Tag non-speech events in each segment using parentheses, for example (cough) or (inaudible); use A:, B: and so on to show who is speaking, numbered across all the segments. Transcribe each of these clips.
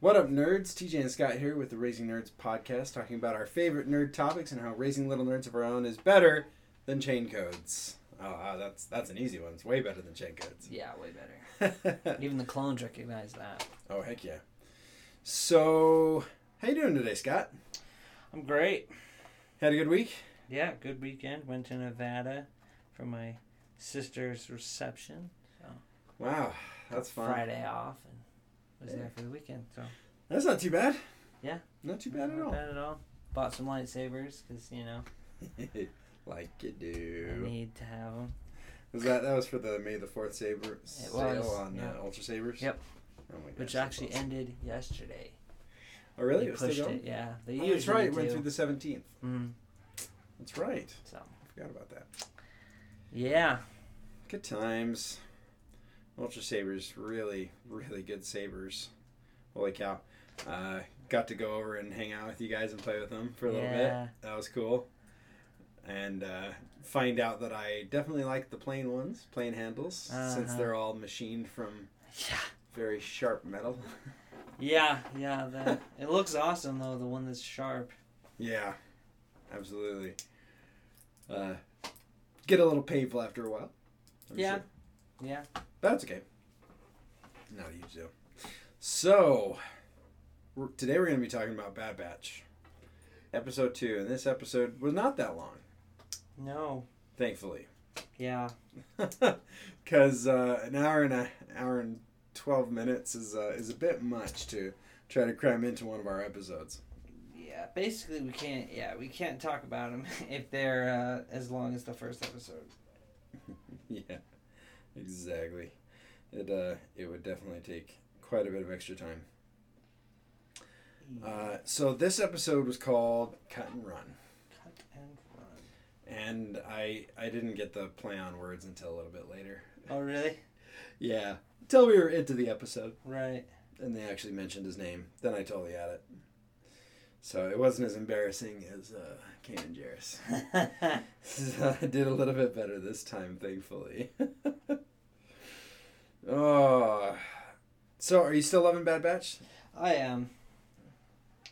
A: What up, nerds? TJ and Scott here with the Raising Nerds podcast, talking about our favorite nerd topics and how raising little nerds of our own is better than chain codes. Oh, wow, that's that's an easy one. It's way better than chain
B: Yeah, way better.
A: codes.
B: Even the clones recognize that.
A: (laughs) oh, heck yeah. So, how you doing today, Scott?
C: I'm great.
A: Had a good week?
C: Yeah, good weekend. Went to Nevada for my sister's reception.
A: Wow, that's
C: Got
A: fun.
C: Friday off and was
A: Yeah.
C: there for the weekend. So
A: That's not too bad.
C: Yeah.
A: Not too bad at
C: not
A: all.
C: bad at all. Bought some lightsabers because you know
A: (laughs) like you
C: I
A: do.
C: need to have them.
A: Was that that was for the May the Fourth Saber sale
C: was,
A: on
C: yeah.
A: uh, Ultra Sabers?
C: Yep.
A: Oh my gosh,
C: Which
A: that's
C: actually
A: awesome.
C: ended yesterday.
A: oh really?
C: They
A: It was
C: pushed
A: still going?
C: it. Yeah, they
A: Oh,
C: usually
A: that's right. It
C: do.
A: went through the seventeenth.
C: Mm,
A: That's right.
C: so
A: I forgot about that.
C: yeah,
A: Good times. Ultra Sabers, really, really good sabers. Holy cow! Uh, got to go over and hang out with you guys and play with them for a little
C: Yeah.
A: bit. That was cool. And uh, find out that I definitely like the plain ones, plain handles, since
C: Uh-huh.
A: they're all machined from
C: yeah,
A: very sharp metal.
C: yeah, yeah. The, it looks awesome though. The one that's sharp.
A: Yeah, absolutely. Uh, get a little painful after a while. I'm
C: Yeah.
A: sure.
C: Yeah.
A: That's okay. Not a huge deal. So, we're, today we're going to be talking about Bad Batch, episode two, and this episode was not that long,
C: No.
A: thankfully, (laughs)
C: Yeah.
A: because uh, an hour and a hour and twelve minutes is uh, is a bit much to try to cram into one of our episodes.
C: Yeah, basically we can't. Yeah, we can't talk about them (laughs) if they're uh, as long as the first episode.
A: (laughs) Yeah, exactly. It uh, it would definitely take quite a bit of extra time. Uh, so this episode was called Cut and Run,
C: Cut and run.
A: and I I didn't get the play on words until a little bit later.
C: Oh really?
A: Yeah, until we were into the episode,
C: Right.
A: and they actually mentioned his name. Then I totally had it. So it wasn't as embarrassing as uh, Kanan Jarrus. So (laughs) I did a little bit better this time, thankfully. (laughs) oh, so are you still loving Bad Batch?
C: (laughs) I am.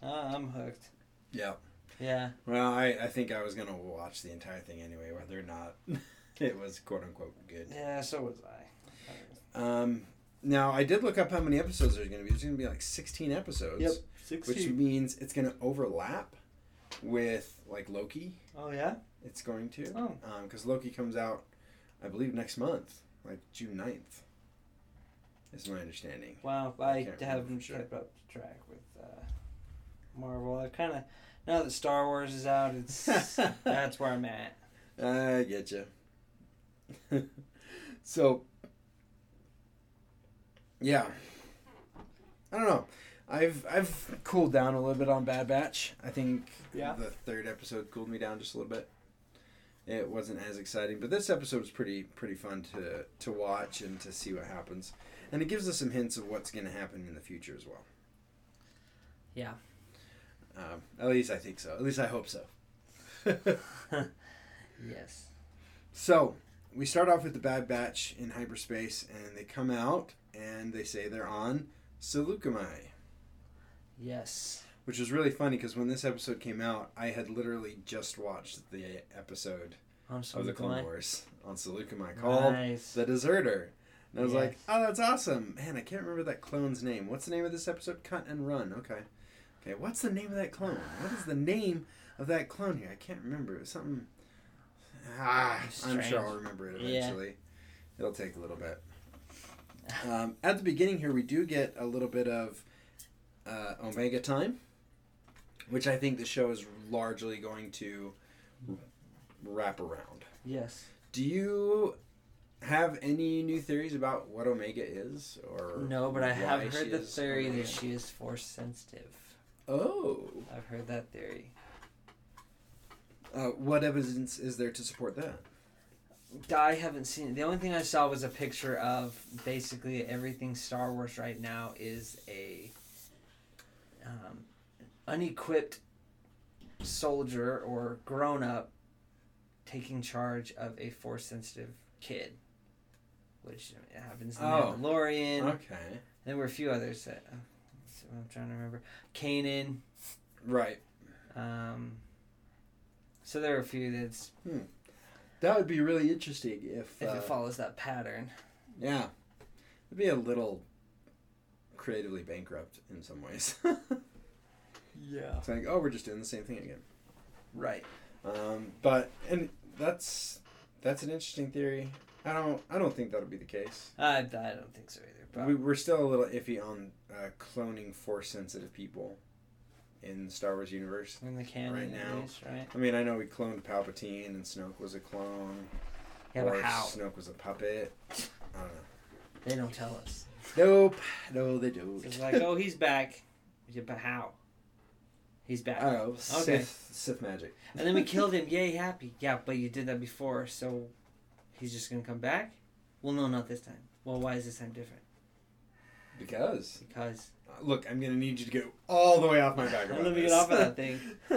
C: Uh, I'm hooked.
A: Yeah.
C: Yeah.
A: Well, I, I think I was gonna watch the entire thing anyway, whether or not (laughs) it was quote unquote good.
C: Yeah. So was I.
A: Um, now I did look up how many episodes there's gonna be. There's gonna be like 16 episodes, which means it's gonna overlap with like Loki.
C: Oh yeah.
A: It's going to.
C: Oh.
A: because Um, Loki comes out, I believe, next month, like June 9th, is my understanding.
C: Wow.
A: I
C: I
A: can't remember
C: haven't
A: for sure.
C: kept up to track with uh, Marvel. I kind of now that Star Wars is out, (laughs) it's that's where I'm at.
A: I get you. (laughs) so, yeah, I don't know. I've I've cooled down a little bit on Bad Batch. I think
C: Yeah.
A: the third episode cooled me down just a little bit. It wasn't as exciting, but this episode was pretty pretty fun to to watch and to see what happens, and it gives us some hints of what's going to happen in the future as well.
C: Yeah.
A: Um, at least I think so. At least I hope so. (laughs)
C: Yes.
A: So we start off with the Bad Batch in hyperspace, and they come out and they say they're on Seleucami,
C: Yes.
A: which is really funny because when this episode came out, I had literally just watched the episode
C: I'm
A: of Oh, the
C: looking
A: Clone
C: like-
A: Wars on Seleucami called
C: Nice.
A: The Deserter. And I was like,
C: Yes.
A: oh, that's awesome. Man, I can't remember that clone's name. What's the name of this episode? Cut and Run. Okay. Okay, what's the name of that clone? What is the name of that clone here? I can't remember. It was something. Ah, I'm
C: Strange.
A: sure I'll remember it
C: Yeah.
A: eventually. It'll take a little bit. Um, at the beginning here, we do get a little bit of uh, Omega time, which I think the show is largely going to wrap around.
C: Yes.
A: Do you have any new theories about what Omega is, or
C: No, but I have
A: why she
C: heard the
A: is
C: theory
A: Omega?
C: that she is force sensitive.
A: Oh,
C: I've heard that theory.
A: uh, what evidence is there to support that?
C: I haven't seen. The only thing I saw was a picture of basically everything Star Wars right now is a um, unequipped soldier or grown up taking charge of a force sensitive kid, which happens in
A: Oh.
C: Mandalorian.
A: Okay,
C: There were a few others that. Uh, so I'm trying to remember. Kanan.
A: Right.
C: Um, so there are a few that's
A: That would be really interesting if.
C: if
A: uh,
C: it follows that pattern.
A: Yeah. It'd be a little creatively bankrupt in some ways. (laughs)
C: Yeah.
A: it's like, oh, we're just doing the same thing again.
C: Right.
A: Um, but and that's that's an interesting theory. I don't I don't think that'll be the case.
C: I I don't think so either. But
A: We, we're still a little iffy on uh, cloning force sensitive people in the Star Wars universe.
C: in the canon,
A: Right
C: right
A: now.
C: right?
A: I mean, I know we cloned Palpatine and Snoke was a clone,
C: Yeah,
A: or
C: but how?
A: Snoke was a puppet. I don't know.
C: They don't tell us.
A: Nope. No, they don't.
C: It's
A: (laughs)
C: like, oh, he's back. Yeah, but how? He's back.
A: Oh,
C: Okay.
A: Sith, Sith magic.
C: And then we killed him. Yay, happy. Yeah, but you did that before, so he's just gonna come back? Well, no, not this time. Well, why is this time different?
A: (laughs) Because
C: Because
A: uh, look, I'm gonna need you to go all the way off my back.
C: Let
A: about
C: me get
A: this.
C: off of that thing.
A: (laughs)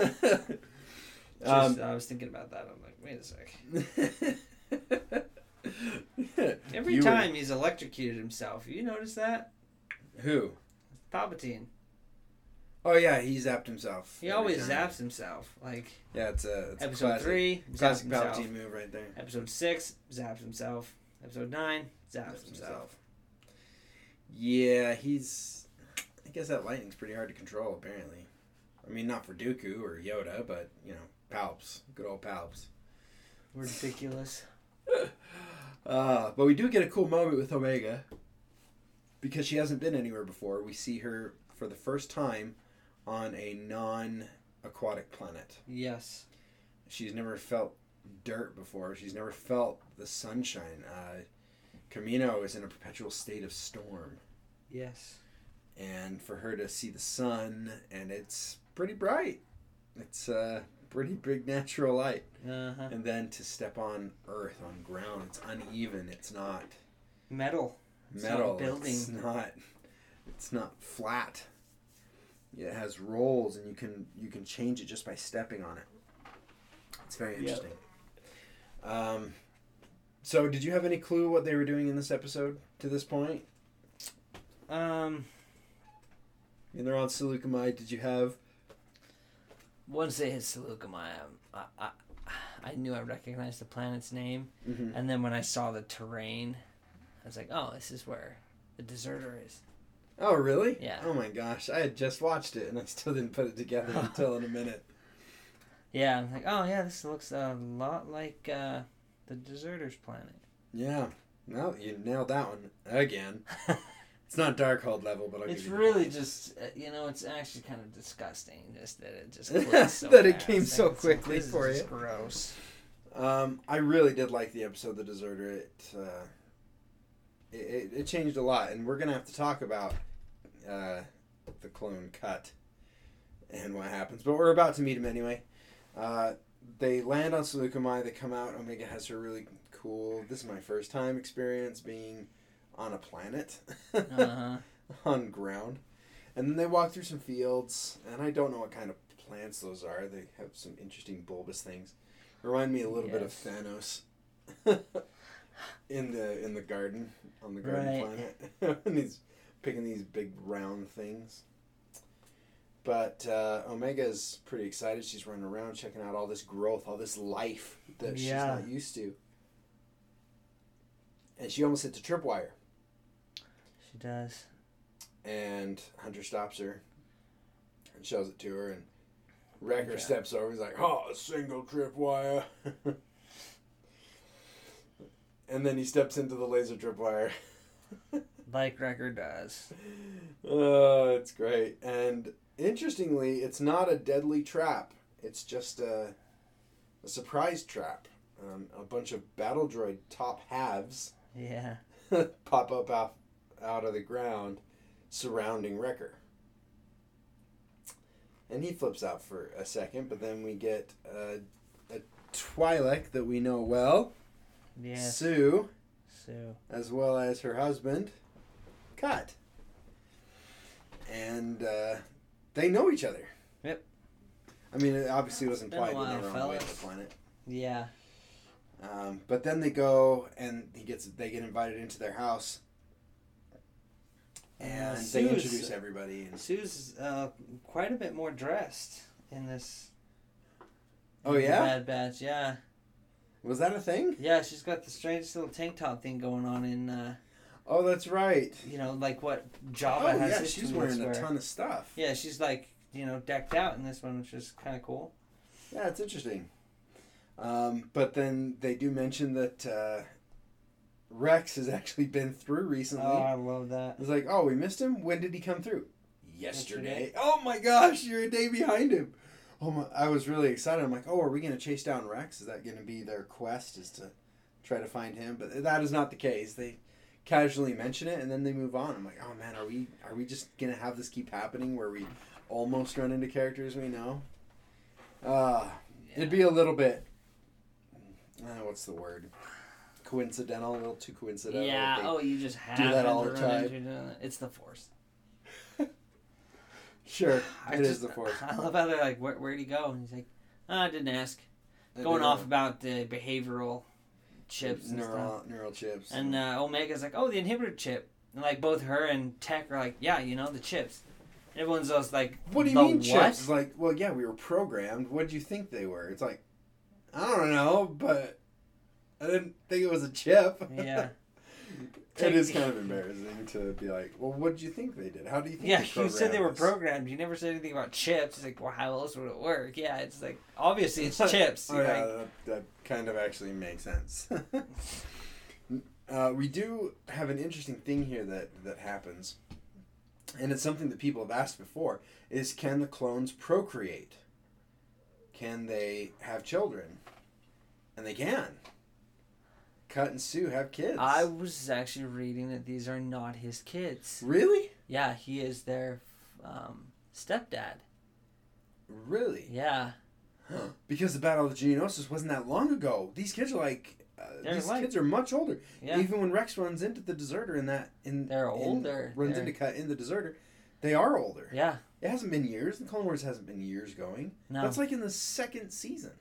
C: just,
A: Um,
C: I was thinking about that. I'm like, wait a sec. Every
A: You were-
C: time he's electrocuted himself, you notice that
A: who?
C: Palpatine.
A: Oh yeah, he zapped himself.
C: He
A: every
C: always
A: time.
C: zaps himself. Like
A: Yeah, it's a it's a
C: episode
A: classic,
C: three, zaps
A: classic
C: himself.
A: Palpatine move right there.
C: Episode six, zaps himself. Episode nine, zaps,
A: Zaps
C: himself.
A: Yeah, he's. I guess that lightning's pretty hard to control. Apparently, I mean, not for Dooku or Yoda, but you know, Palps, good old Palps.
C: Ridiculous.
A: Uh, but we do get a cool moment with Omega because she hasn't been anywhere before. We see her for the first time on a non aquatic planet.
C: Yes.
A: She's never felt dirt before, she's never felt the sunshine. Uh, Camino is in a perpetual state of storm,
C: Yes.
A: and for her to see the sun, and it's pretty bright. It's uh, pretty big (laughs) natural light
C: Uh huh.
A: and then to step on earth on ground it's uneven it's not
C: Metal. It's not a
A: metal
C: building.
A: it's not it's not flat it has rolls and you can you can change it just by stepping on it it's very interesting um so did you have any clue what they were doing in this episode to this point
C: Um.
A: I mean, they're on Seleucumai. Did you have?
C: Once they hit Seleucumai, um, I, I, I knew I recognized the planet's name, and then when I saw the terrain, I was like, oh, this is where the deserter is.
A: Oh, really?
C: Yeah.
A: Oh my gosh, I had just watched it and I still didn't put it
C: (laughs)
A: together until in a minute.
C: Yeah, I'm like, oh yeah, this looks a lot like uh, the Deserters Planet. (laughs)
A: Yeah. No, you nailed that one again. It's not Darkhold level, but I'll
C: it's
A: give you
C: really just, uh, you know, it's actually kind of disgusting just that
A: (laughs)
C: it just
A: That
C: clicked so
A: it
C: fast.
A: came
C: Like,
A: so
C: it's
A: quickly
C: this is
A: for
C: just
A: you. (laughs)
C: Gross.
A: Um, I really did like the episode "The Deserter." It, uh, it- it it changed a lot, and we're gonna have to talk about uh, the clone cut and what happens. But we're about to meet him anyway. Uh, they land on Seleucumai. They come out. Omega has her really cool. This is my first time experience being on a planet. (laughs)
C: Uh huh.
A: on ground. And then they walk through some fields, and I don't know what kind of plants those are. They have some interesting bulbous things. Remind me a little
C: Yes.
A: bit of Thanos (laughs) in the in the garden on the garden
C: Right.
A: planet. (laughs) and he's picking these big round things. But uh, Omega's pretty excited. She's running around checking out all this growth, all this life that she's
C: Yeah.
A: not used to. And she almost hits a tripwire
C: She does.
A: and Hunter stops her and shows it to her, and Wrecker
C: Okay.
A: steps over. He's like, "Oh, a single trip wire," (laughs) and then he steps into the laser trip wire. (laughs)
C: Like Wrecker does.
A: oh, it's great. And interestingly, it's not a deadly trap. It's just a, a surprise trap. Um, a bunch of battle droid top halves
C: Yeah.
A: (laughs) pop up out, out of the ground surrounding Wrecker. And he flips out for a second, but then we get uh, a Twi'lek that we know well,
C: Yeah.
A: Sue,
C: So.
A: as well as her husband, Cut. And uh, they know each other.
C: Yep.
A: I mean, it obviously was
C: It's been a
A: implied when they
C: while,
A: were on the way to the
C: fellas.
A: planet.
C: Yeah.
A: Um, but then they go and he gets they get invited into their house,
C: Yeah,
A: and they
C: Uh, Sue's-
A: introduce everybody. And,
C: Sue's uh, quite a bit more dressed in this.
A: oh
C: in the
A: yeah,
C: Bad Batch. Yeah,
A: was that a thing?
C: yeah. She's got the strangest little tank top thing going on in. Uh,
A: Oh, that's right.
C: you know, like what
A: Oh
C: Java has.
A: yeah,
C: his
A: she's
C: two looks
A: wearing a
C: where-
A: ton of stuff.
C: Yeah, she's like you know decked out in this one, which is kind of cool.
A: Yeah, it's interesting. Um, but then they do mention that uh, Rex has actually been through recently.
C: Oh, I love that.
A: It's like, oh, we missed him. When did he come through? Yesterday.
C: Yesterday.
A: Oh my gosh, you're a day behind him. Oh my, I was really excited. I'm like, oh, are we going to chase down Rex? Is that going to be their quest? Is to try to find him? But that is not the case. They casually mention it and then they move on. I'm like, oh man, are we are we just going to have this keep happening where we almost run into characters we know? Uh, It'd be a little bit. Uh, what's the word? Coincidental, a little too coincidental. I
B: yeah.
A: think.
B: Oh, you just have
A: that all
B: to
A: the
B: run
A: time.
B: into the- It's the force.
A: Sure,
C: (sighs) I
A: it is
C: just-
A: the force.
C: (laughs) I love how they're like, where where'd he go? And he's like, "Ah, I didn't ask. Going
A: Neural-
C: off about the behavioral chips and stuff.
A: neural neural chips.
C: And uh, Omega's like, oh, the inhibitor chip. And like both her and Tech are like, yeah, you know, the chips. And everyone's just like,
A: what do you
C: the
A: mean
C: what?
A: chips? (laughs) It's Like, well, yeah, we were programmed. What do you think they were? It's like, I don't know, but I didn't think it was a chip. (laughs)
C: Yeah.
A: it is kind of embarrassing to be like, well, what do you think they did? How do you think?
C: (laughs) Yeah,
A: they
C: you said they were
A: programmed us?
C: programmed. You never said anything about chips. It's like, well, how else would it work? Yeah, it's like,
A: (laughs)
C: obviously it's chips.
A: Oh,
C: You're
A: yeah,
C: like,
A: that, that kind of actually makes sense. (laughs) uh, we do have an interesting thing here that, that happens, and it's something that people have asked before, is can the clones procreate? Can they have children? And they can. Cut and Sue have kids.
C: I was actually reading that these are not his kids.
A: Really?
C: Yeah, he is their um, stepdad.
A: Really?
C: Yeah.
A: Because the Battle of Geonosis wasn't that long ago. These kids are like... Uh,
C: They're
A: these
C: like-
A: kids are much older.
C: Yeah.
A: Even when Rex runs into the deserter in that in
C: They're
A: in-
C: older.
A: runs
C: They're-
A: into cut in the deserter, they are older.
C: Yeah.
A: It hasn't been years. The Clone Wars hasn't been years going.
C: No.
A: That's like in the second season,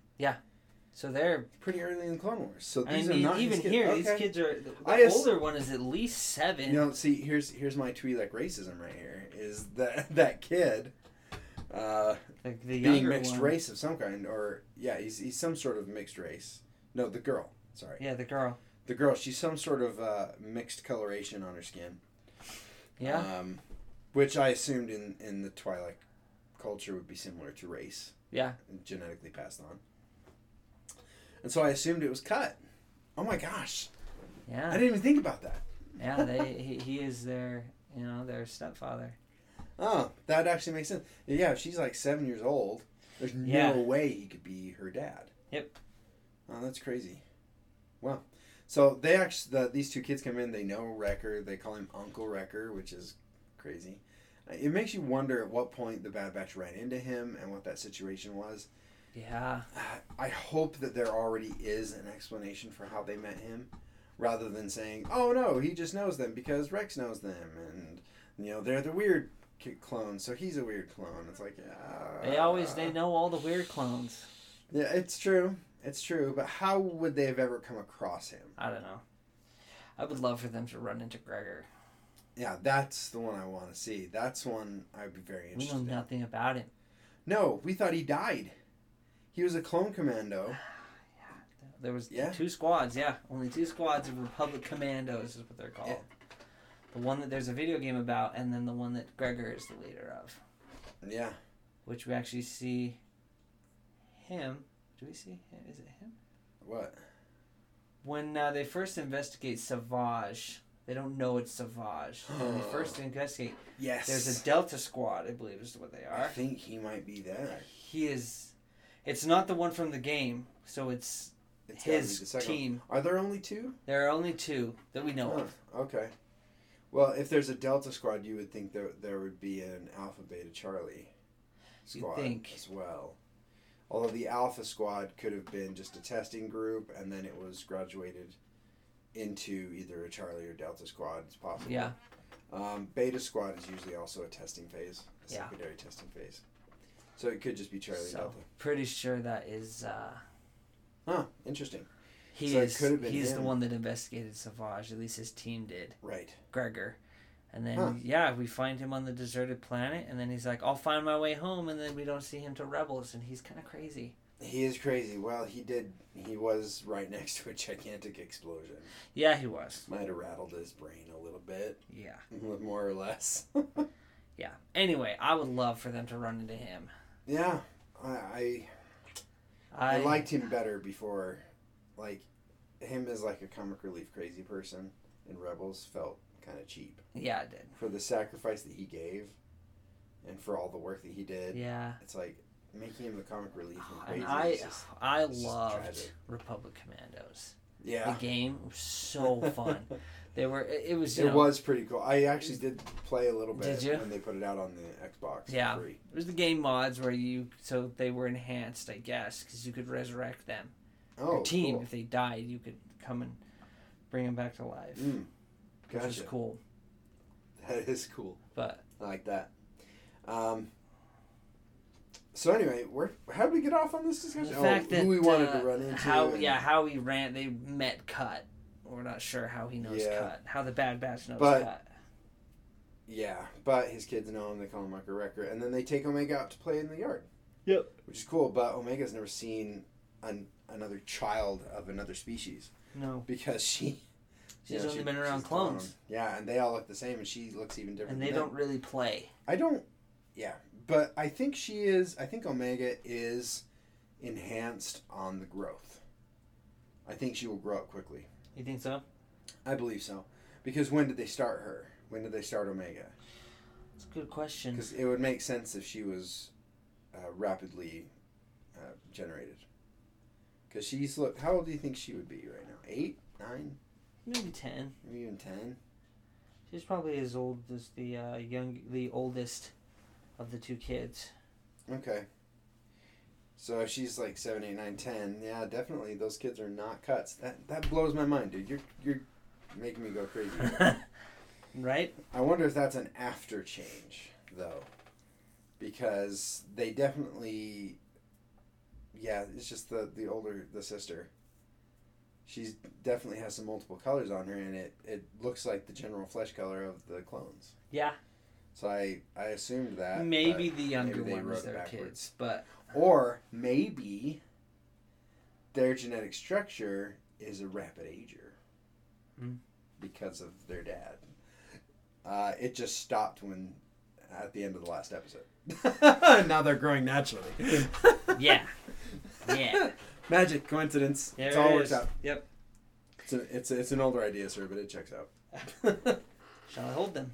C: so they're.
A: pretty early in the Clone Wars. So
C: I
A: these
C: mean,
A: are not his
C: even
A: kids.
C: here,
A: okay.
C: these kids are. The
A: I ass-
C: older one is at least seven.
A: You know, see, here's here's my Twi'lek racism right here. Is that (laughs) that kid uh,
C: like the
A: being
C: younger
A: mixed
C: one.
A: race of some kind, or yeah, he's he's some sort of mixed race. No, the girl. Sorry,
C: Yeah, the girl.
A: the girl. She's some sort of uh, mixed coloration on her skin.
C: Yeah.
A: Um, which I assumed in, in the Twilight culture would be similar to race,
C: yeah.
A: genetically passed on. And so I assumed it was cut. Oh my gosh. I
C: Yeah.
A: didn't even think about that.
C: Yeah. They. He, he is their. You know, their stepfather.
A: Oh, that actually makes sense. Yeah, if she's like seven years old, there's
C: Yeah.
A: no way he could be her dad.
C: Yep.
A: Oh, that's crazy. Wow. So they actually, the, these two kids come in, they know Wrecker, they call him Uncle Wrecker, which is crazy. Uh, It makes you wonder at what point the Bad Batch ran into him and what that situation was.
C: Yeah.
A: I hope that there already is an explanation for how they met him, rather than saying, "Oh no, he just knows them because Rex knows them, and you know they're the weird ki- clone, so he's a weird clone." It's like uh,
C: They always. They know all the weird clones.
A: Yeah, it's true, it's true. But how would they have ever come across him?
C: I don't know. I would love for them to run into Gregor.
A: Yeah, that's the one I want to see. That's one I'd be very
C: We know
A: interested. in.
C: nothing about him.
A: No, we thought he died. He was a clone
C: (sighs)
A: commando.
C: There was
A: Yeah.
C: two squads, yeah. Only two squads of Republic Commandos is what they're called.
A: Yeah.
C: The one that there's a video game about, and then the one that Gregor is the leader of,
A: Yeah,
C: which we actually see him. Do we see him? Is it him?
A: what?
C: When uh, they first investigate Savage, they don't know
A: (gasps)
C: it's Savage. when they first investigate,
A: Yes,
C: there's a Delta Squad, I believe is what they
A: I
C: are.
A: think he might be there.
C: He is. It's not the one from the game, so it's
A: It's gotta be the
C: his
A: second one.
C: team.
A: Are there only two?
C: There are only two that we know
A: Huh,
C: of.
A: okay. Well, if there's a Delta squad, you would think there there would be an Alpha Beta Charlie
C: You'd
A: squad
C: think.
A: as well. Although the Alpha squad could have been just a testing group, and then it was graduated into either a Charlie or Delta squad. It's possible.
C: Yeah.
A: Um, beta squad is usually also a testing phase, a
C: Yeah.
A: secondary testing phase. So it could just be Charlie
C: So.
A: and Delta.
C: pretty sure that is uh
A: Huh. Interesting.
C: he
A: So it
C: is
A: could have been
C: he's the
A: him.
C: one that investigated Savage, at least his team did.
A: Right.
C: Gregor. And then
A: Huh.
C: yeah, we find him on the deserted planet, and then he's like, "I'll find my way home," and then we don't see him to Rebels, and he's kind of crazy.
A: He is crazy. Well, he did. He was right next to a gigantic explosion.
C: Yeah, he was.
A: Might have rattled his brain a little bit, (laughs)
C: Yeah,
A: more or less. (laughs)
C: yeah. Anyway, I would love for them to run into him.
A: yeah, I, I
C: I,
A: I liked him better before. Like, him as like a comic relief crazy person in Rebels felt kind of cheap
C: Yeah, I did.
A: for the sacrifice that he gave, and for all the work that he did.
C: Yeah. Oh,
A: It's like making him the comic relief and crazy.
C: And
A: is
C: I,
A: just-
C: I
A: it's just
C: loved
A: tragic.
C: Republic Commandos.
A: yeah,
C: The game was so
A: (laughs)
C: fun. they were. It, it was. You
A: it
C: know,
A: was pretty cool. I actually did play a little bit
C: Did you?
A: when they put it out on the Xbox. for
C: Yeah.
A: free.
C: It was the game mods where you so they were enhanced, I guess, because you could resurrect them.
A: Oh,
C: Your team,
A: cool.
C: if they died, you could come and bring them back to life,
A: Mm,
C: which was
A: gotcha.
C: cool.
A: (laughs) That is cool.
C: But
A: I like that. Um, so anyway, where how did we get off on this
C: the
A: discussion?
C: fact
A: oh,
C: that
A: who we wanted
C: uh,
A: to run into.
C: how
A: and-
C: yeah, how he ran, they met Cut. We're not sure how he knows
A: Yeah.
C: Cut, how the Bad Batch knows
A: But-
C: Cut.
A: yeah. But his kids know him. They call him Rucker Wrecker, and then they take Omega out to play in the yard.
C: Yep.
A: Which is cool, but Omega's never seen an, another child of another species (laughs)
C: No,
A: because she.
C: she's
A: you know,
C: only
A: she-
C: been around
A: she's a clone.
C: clones,
A: Yeah, and they all look the same, and she looks even different.
C: and they
A: than them.
C: don't really play.
A: I don't. Yeah, but I think she is. I think Omega is enhanced on the growth. I think she will grow up quickly.
C: You think so?
A: I believe so, because when did they start her? When did they start Omega?
C: It's a good question.
A: Because it would make sense if she was uh, rapidly uh, generated. Because she's look. How old do you think she would be right now? Eight, nine,
C: Maybe ten.
A: maybe even ten.
C: She's probably as old as the uh, young, the oldest of the two kids.
A: Okay. So if she's like seven, eight, nine, ten, yeah, definitely those kids are not cuts. That that blows my mind, dude. You're you're making me go crazy.
C: (laughs) right?
A: I wonder if that's an after change though, because they definitely, yeah, it's just the the older the sister. She's definitely has some multiple colors on her, and it it looks like the general flesh color of the clones.
C: Yeah.
A: So I I assumed that
C: maybe
A: Uh, but
C: the younger
A: maybe they
C: one
A: wrote
C: was
A: it
C: their
A: backwards.
C: kids, but
A: Or maybe their genetic structure is a rapid ager
C: Hmm.
A: because of their dad. Uh, it just stopped when at the end of the last
C: (laughs)
A: episode. now they're growing naturally.
C: yeah, yeah.
A: (laughs) Magic coincidence.
C: There
A: it's all
C: it
A: worked
C: is.
A: out.
C: Yep.
A: It's, a, it's, a, it's an older idea, sir, but it checks out.
C: Shall I hold them?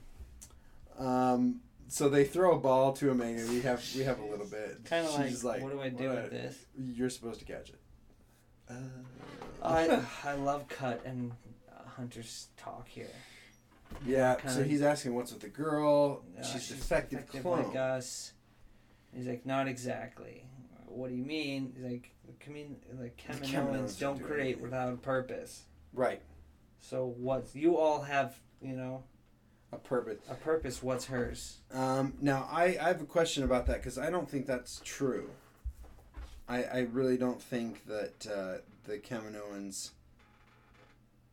A: um, so they throw a ball to Omega. We have we have a little bit.
C: Kind of like,
A: She's
C: what do I do
A: "What (laughs)
C: with this?
A: You're supposed to catch it. Uh,
C: I I love cut and uh, Hunter's talk here.
A: Yeah,
C: Kinda-
A: so he's asking what's with the girl.
C: Uh,
A: she's, defective, clone.
C: like us. He's like, not exactly. What do you mean? He's like, the commun- like
A: Kaminoans don't
C: Kaminoans don't
A: do
C: create
A: anything."
C: without a purpose.
A: Right,
C: So what's you all have, you know,
A: a purpose.
C: a purpose. What's hers?
A: Um, now, I, I have a question about that because I don't think that's true. I, I really don't think that uh, the Kaminoans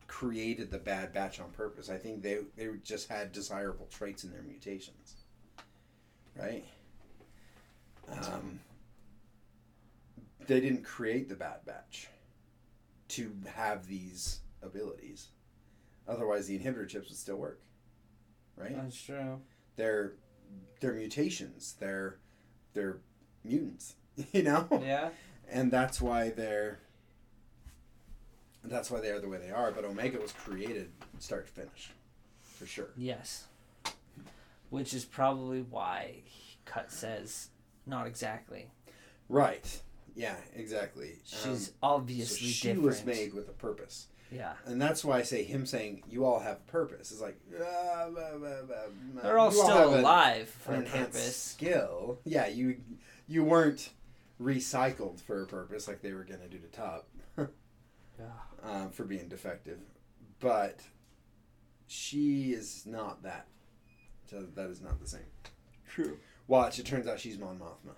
A: created the Bad Batch on purpose. I think they, they just had desirable traits in their mutations. Right? Um, they didn't create the Bad Batch to have these abilities. Otherwise, the inhibitor chips would still work. Right?
C: That's true.
A: they're they're mutations they're they're mutants (laughs) you know
C: Yeah.
A: and that's why they're that's why they are the way they are but omega was created start to finish for sure
C: Yes. Which is probably why he- Cut says, not
A: Um,
C: exactly.
A: right yeah exactly Um,
C: She's
A: so
C: obviously
A: she
C: different.
A: was made uh, with a purpose
C: Yeah.
A: and that's why i say him saying you all have a purpose is like uh, blah, blah, blah, blah.
C: They're all
A: You have
C: still
A: a-
C: alive for
A: an
C: a
A: enhanced
C: purpose.
A: skill. Yeah, you you weren't recycled for a purpose like they were gonna do to Top
C: Yeah.
A: um, for being defective, but she is not that. So that is not the same.
C: True.
A: Watch, it turns out she's Mon Mothma.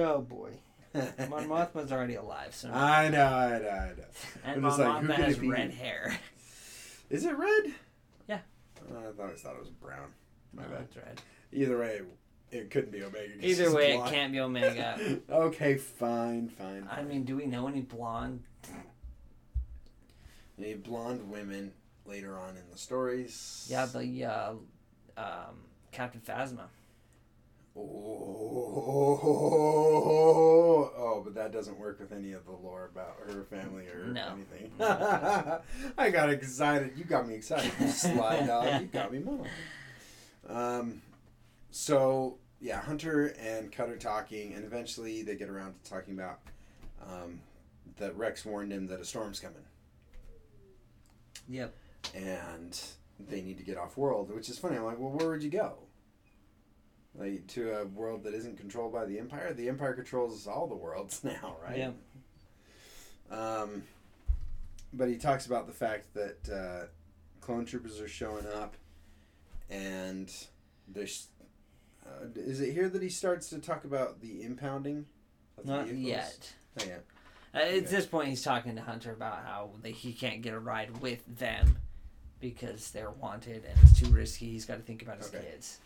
C: Oh boy.
A: (laughs)
C: Mon Mothma's already alive, so.
A: I know, I know, I know.
C: and
A: I'm
C: Mon
A: just like, who
C: Mothma
A: could
C: has
A: it be?
C: red hair.
A: Is it red?
C: Yeah.
A: Uh, I always thought it was brown. My
C: (laughs)
B: No,
A: bad.
B: Dread.
A: Either way, it couldn't be Omega. 'cause
B: Either
A: she's
B: way, it
A: blonde.
B: can't be
A: (laughs)
B: Omega.
A: okay, fine, fine.
C: I mean, do we know any blonde?
A: the blonde women later on in the stories.
B: yeah, the uh, um, Captain Phasma.
A: Oh, oh, but that doesn't work with any of the lore about her family or
B: No.
A: anything. (laughs) I got excited. You got me excited.
B: (laughs)
A: You sly dog. You got me mad. Um, so yeah, Hunter and Cut are talking, and eventually they get around to talking about um, that Rex warned him that a storm's coming.
C: Yep.
A: And they need to get off world, which is funny. I'm like, well, where would you go? Like to a world that isn't controlled by the Empire. The Empire controls all the worlds (laughs) now, right?
C: Yeah.
A: Um, but he talks about the fact that uh, clone troopers are showing up, and there's. Uh, is it here that he starts to talk about the impounding? Of the
C: Not
A: vehicles?
B: Yet.
A: Oh, yeah.
C: Uh, At
A: Okay.
C: this point, he's talking to Hunter about how they, he can't get a ride with them because they're wanted and it's too risky. He's got to think about his
A: Okay.
C: kids.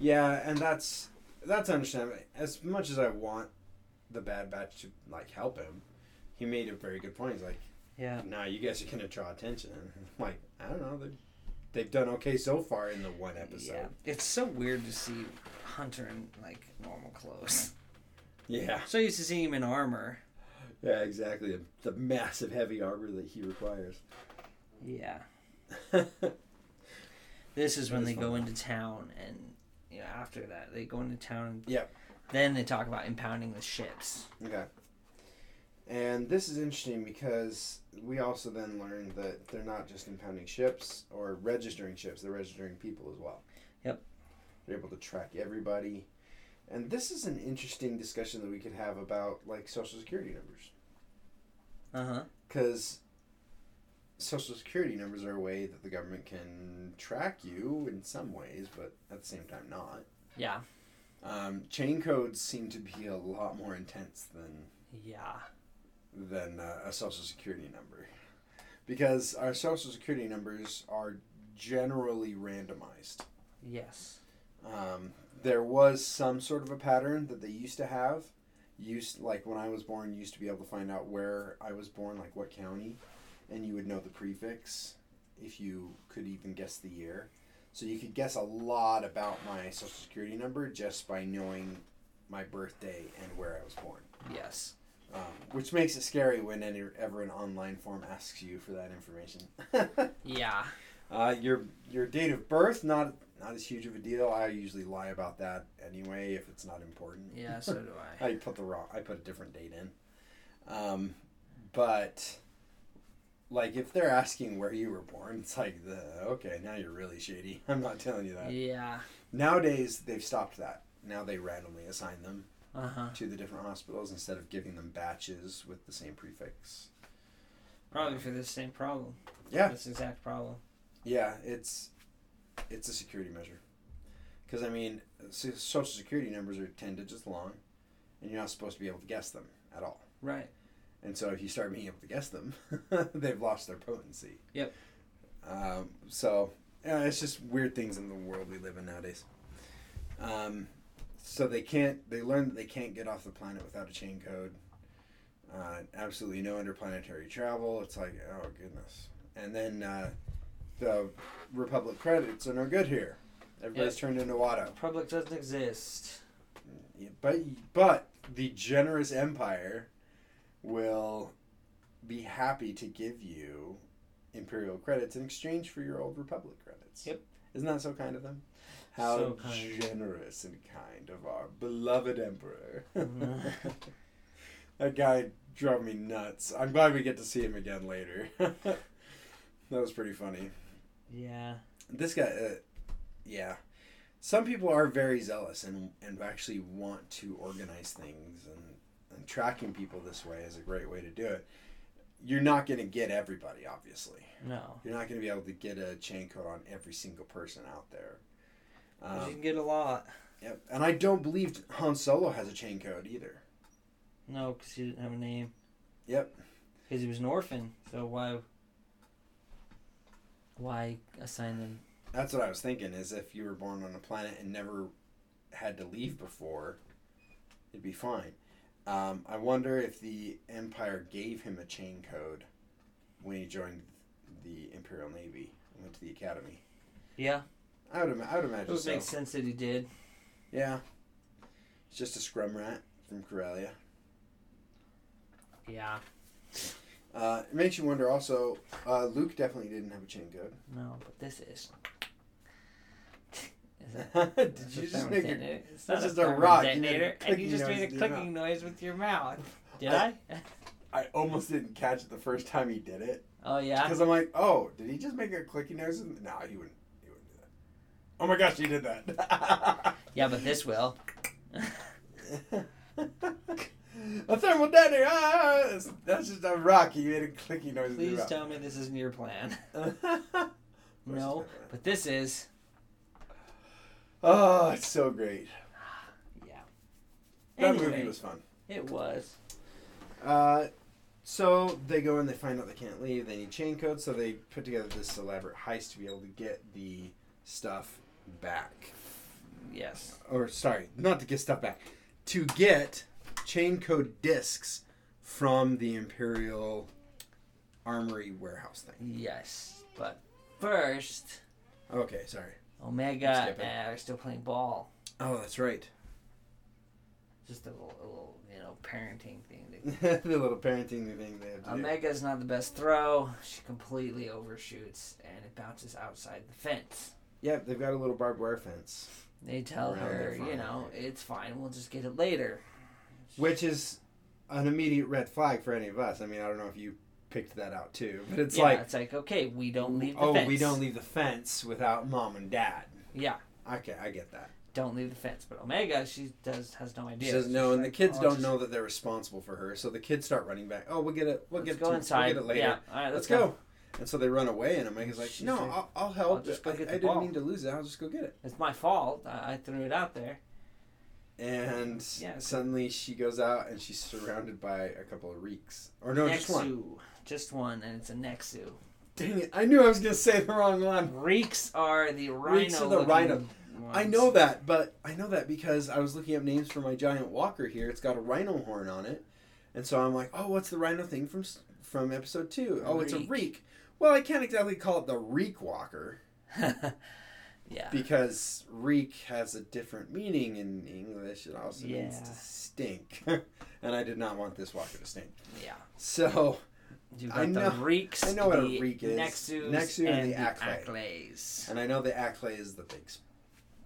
A: Yeah, and that's that's understandable. As much as I want the Bad Batch to like help him, he made a very good point. He's like,
C: Yeah.
A: "Nah, you guys are gonna draw attention." (laughs) I'm like, I don't know. They've they've done okay so far in the one
C: Yeah.
A: episode.
C: It's so weird to see Hunter in like normal clothes. (laughs)
A: Yeah,
C: So I used to see him in armor.
A: yeah, exactly. The, the massive heavy armor that he requires. (laughs)
C: Yeah. This is when
A: That
C: they
A: is
C: go
A: fun.
C: into town and you know, after that they go into town and
A: Yep.
C: then they talk about impounding the ships.
A: Okay. And this is interesting because we also then learned that they're not just impounding ships or registering ships, they're registering people as well.
C: Yep.
A: They're able to track everybody. And this is an interesting discussion that we could have about like social security numbers.
C: Uh huh.
A: Because social security numbers are a way that the government can track you in some ways, but at the same time, not.
C: Yeah.
A: Um, chain codes seem to be a lot more intense than
C: Yeah.
A: than uh, a social security number because our social security numbers are generally randomized.
C: Yes.
A: Um, there was some sort of a pattern that they used to have. Used like when I was born, you used to be able to find out where I was born, like what county, and you would know the prefix if you could even guess the year. So you could guess a lot about my social security number just by knowing my birthday and where I was born.
C: Yes.
A: Um, which makes it scary when any, ever an online form asks you for that information. (laughs)
C: Yeah.
A: uh, your your date of birth not not as huge of a deal. I usually lie about that anyway if it's not important.
C: Yeah. So do I.
A: I put the wrong. I put a different date in. Um, but like if they're asking where you were born, it's like the okay now you're really shady. (laughs) I'm not telling you that.
C: Yeah.
A: Nowadays they've stopped that. Now they randomly assign them
C: Uh huh.
A: to the different hospitals instead of giving them batches with the same prefix.
C: Probably for this same problem.
A: Yeah.
C: This exact problem.
A: Yeah, it's it's a security measure. Because I mean, so- social security numbers are ten digits long, and you're not supposed to be able to guess them at all.
C: Right.
A: And so if you start being able to guess them, (laughs) they've lost their potency.
C: Yep.
A: Um, so yeah, it's just weird things in the world we live in nowadays. Um, so they can't. They learn that they can't get off the planet without a chain code. Uh, absolutely no interplanetary travel. It's like oh goodness. And then uh, the Republic credits are no good here. Everybody's turned into Watto.
C: Public doesn't exist.
A: Yeah, But but the generous empire will be happy to give you imperial credits in exchange for your old republic credits.
C: Yep.
A: Isn't that so kind of them? How
C: So kind.
A: generous and kind of our beloved emperor.
C: Mm-hmm.
A: (laughs)
C: (laughs)
A: that guy drove me nuts. I'm glad we get to see him again later. (laughs) that was pretty funny.
C: Yeah.
A: This guy, uh, yeah. Some people are very zealous and, and actually want to organize things, and, and tracking people this way is a great way to do it. You're not going to get everybody, obviously.
C: No.
A: You're not going to be able to get a chain code on every single person out there.
C: 'Cause
A: Um,
C: you can get a lot.
A: yep. And I don't believe Han Solo has a chain code either.
C: No, because he didn't have a name.
A: Yep.
C: Because he was an orphan. So why? Why assign them
A: That's what I was thinking. Is if you were born on a planet and never had to leave before, it'd be fine. Um, I wonder if the Empire gave him a chain code when he joined the Imperial Navy and went to the academy.
C: Yeah,
A: I would, ima- I would
D: It
A: imagine
D: would
A: so.
D: make sense that he did.
A: Yeah. It's just a scrum rat from Corellia.
C: yeah.
A: Uh, it makes you wonder also, uh, Luke definitely didn't have a chain code.
C: No, but this is. (laughs) Is
A: (laughs) (laughs)
C: that-
A: Did
C: that's
A: you
C: a
A: just
C: thermal
A: make it?
C: detonator. It's not
A: that's just
C: a,
A: a
C: thermal
A: rock. You made a
C: detonator, and you
A: clicking
C: just made
A: noise with your
C: a clicking noise with your mouth. Did I? (laughs)
A: I- I almost didn't catch it the first time he did it.
C: Oh
A: (laughs)
C: yeah.
A: Because I'm like, oh, did he just make a clicky noise? No, nah, he wouldn't. He wouldn't do that. Oh my gosh, he did that.
C: (laughs) Yeah, but this will.
A: (laughs) a thermal detonator. Ah, that's- that's just a rock. He made a clicky noise. with
D: Please
A: his (laughs)
D: tell me this isn't your plan.
A: mouth.
C: No, but this is.
A: Oh, it's so great.
C: (sighs) Yeah.
A: That
C: Anyway,
A: movie was fun.
C: It was.
A: Uh, so they go and they find out they can't leave. They need chain codes, so they put together this elaborate heist to be able to get the stuff back.
C: Yes.
A: Or sorry, not to get stuff back, to get chain code discs from the Imperial Armory warehouse thing.
C: Yes. But first,
A: Okay, sorry.
C: Omega
A: Skip it.
C: and I are still playing ball.
A: Oh, that's right. (laughs)
C: Just a little, a little you know, parenting
A: (laughs)
C: thing. That,
A: the little parenting thing they have to do.
C: Omega's not the best throw. She completely overshoots, and it bounces outside the fence.
A: Yep, they've got a little barbed wire fence,
C: They tell
A: Around
C: her,
A: there,
C: you
A: fine.
C: know, it's fine. We'll just get it later.
A: which is an immediate red flag for any of us. I mean, I don't know if you picked that out too, but it's
C: yeah,
A: like
C: it's like okay, we don't leave the
A: oh,
C: fence.
A: we don't leave the fence without mom and dad.
C: Yeah.
A: Okay, I get that.
C: Don't leave the fence. But Omega, she does has no idea.
A: She doesn't know,
C: She's
A: and the
C: like,
A: kids
C: "Oh,
A: don't
C: just-
A: know that they're responsible for her. So the kids start running back. Oh, we'll get it. We'll
C: Let's
A: get
C: go
A: it to- We'll
C: inside.
A: get it later.
C: Yeah. All right,
A: Let's go. And so they run away, and Omega's like,
C: She's
A: "No,
C: like,
A: I'll, I'll help.
C: I'll just go
A: I,
C: get the
A: I didn't
C: ball."
A: mean to lose it. I'll just go get it."
C: It's my fault. I, I threw it out there.
A: And
C: Yeah.
A: suddenly she goes out, and she's surrounded by a couple of reeks, or no, just one.
C: Nexu. Just one, and it's a Nexu.
A: Dang it! I knew I was gonna say the wrong one.
C: Reeks are the rhino.
A: Reeks are the
C: looking
A: rhino.
C: Ones.
A: I know that, but I know that because I was looking up names for my giant walker here. It's got a rhino horn on it, and so I'm like, oh, what's the rhino thing from s- from episode two? Oh, it's a
C: Reek.
A: reek. Well, I can't exactly call it the reek walker
C: (laughs) yeah.
A: because reek has a different meaning in English. It also means to
C: Yeah.
A: stink, (laughs) and I did not want this walker to stink.
C: Yeah.
A: So
C: You got
A: I
C: the
A: know-
C: reeks.
A: I know what a
C: the
A: reek is.
C: Nexus,
A: Nexu and the Acklay.
C: Acklays.
A: And I know the Acklay is the big s-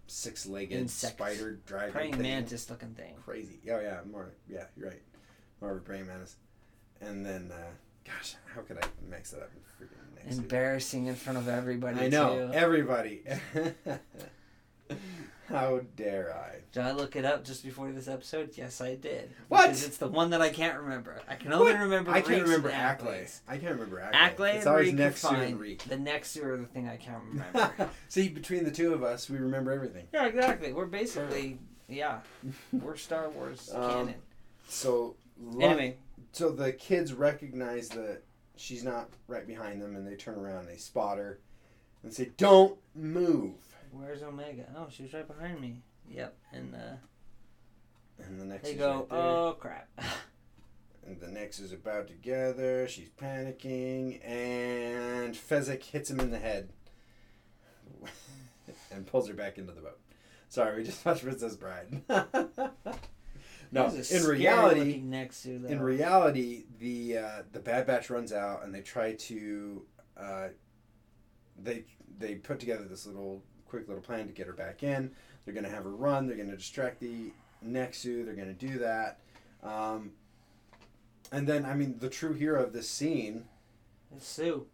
A: six-legged
C: Insect.
A: spider dragon
C: Praying
A: thing.
C: mantis looking thing.
A: Crazy. Oh yeah, more. Yeah, you're right. More of a praying mantis. And then, uh, gosh, how could I mix that up? in Freaking next week?
C: Embarrassing in front of everybody.
A: I know
C: Too.
A: everybody. (laughs) how dare I?
C: Did I look it up just before this episode? Yes, I did.
A: What?
C: Because it's the one that I can't remember. I can only
A: What?
C: remember.
A: I can't
C: reeks
A: remember
C: and
A: Acklay.
C: Acklays.
A: I can't remember Acklay.
C: Acklay
A: it's
C: and
A: always
C: Reek
A: next
C: are
A: to
C: fine.
A: and Reek.
C: The next two are the thing I can't
A: (laughs)
C: remember.
A: See, between the two of us, we remember everything. (laughs)
C: yeah, exactly. We're basically yeah, we're Star Wars
A: Um,
C: canon.
A: So lo-
C: Anyway,
A: so the kids recognize that she's not right behind them, and they turn around and they spot her, and say, "Don't move."
C: where's Omega? Oh, she was right behind me. Yep, and uh,
A: And the next
C: they
A: is
C: go,
A: right there.
C: oh crap. (laughs)
A: And the next is about to gather. She's panicking, and Fezzik hits him in the head (laughs) and pulls her back into the boat. Sorry, we just (laughs) watched Princess Bride. no,
C: That was a
A: in
C: scary
A: reality,
C: looking next to
A: in reality, the uh, the Bad Batch runs out, and they try to uh, they they put together this little quick little plan to get her back in. They're gonna have her run. They're gonna distract the Nexu. They're gonna do that. Um, and then, I mean, the true hero of this scene.
C: It's Sue.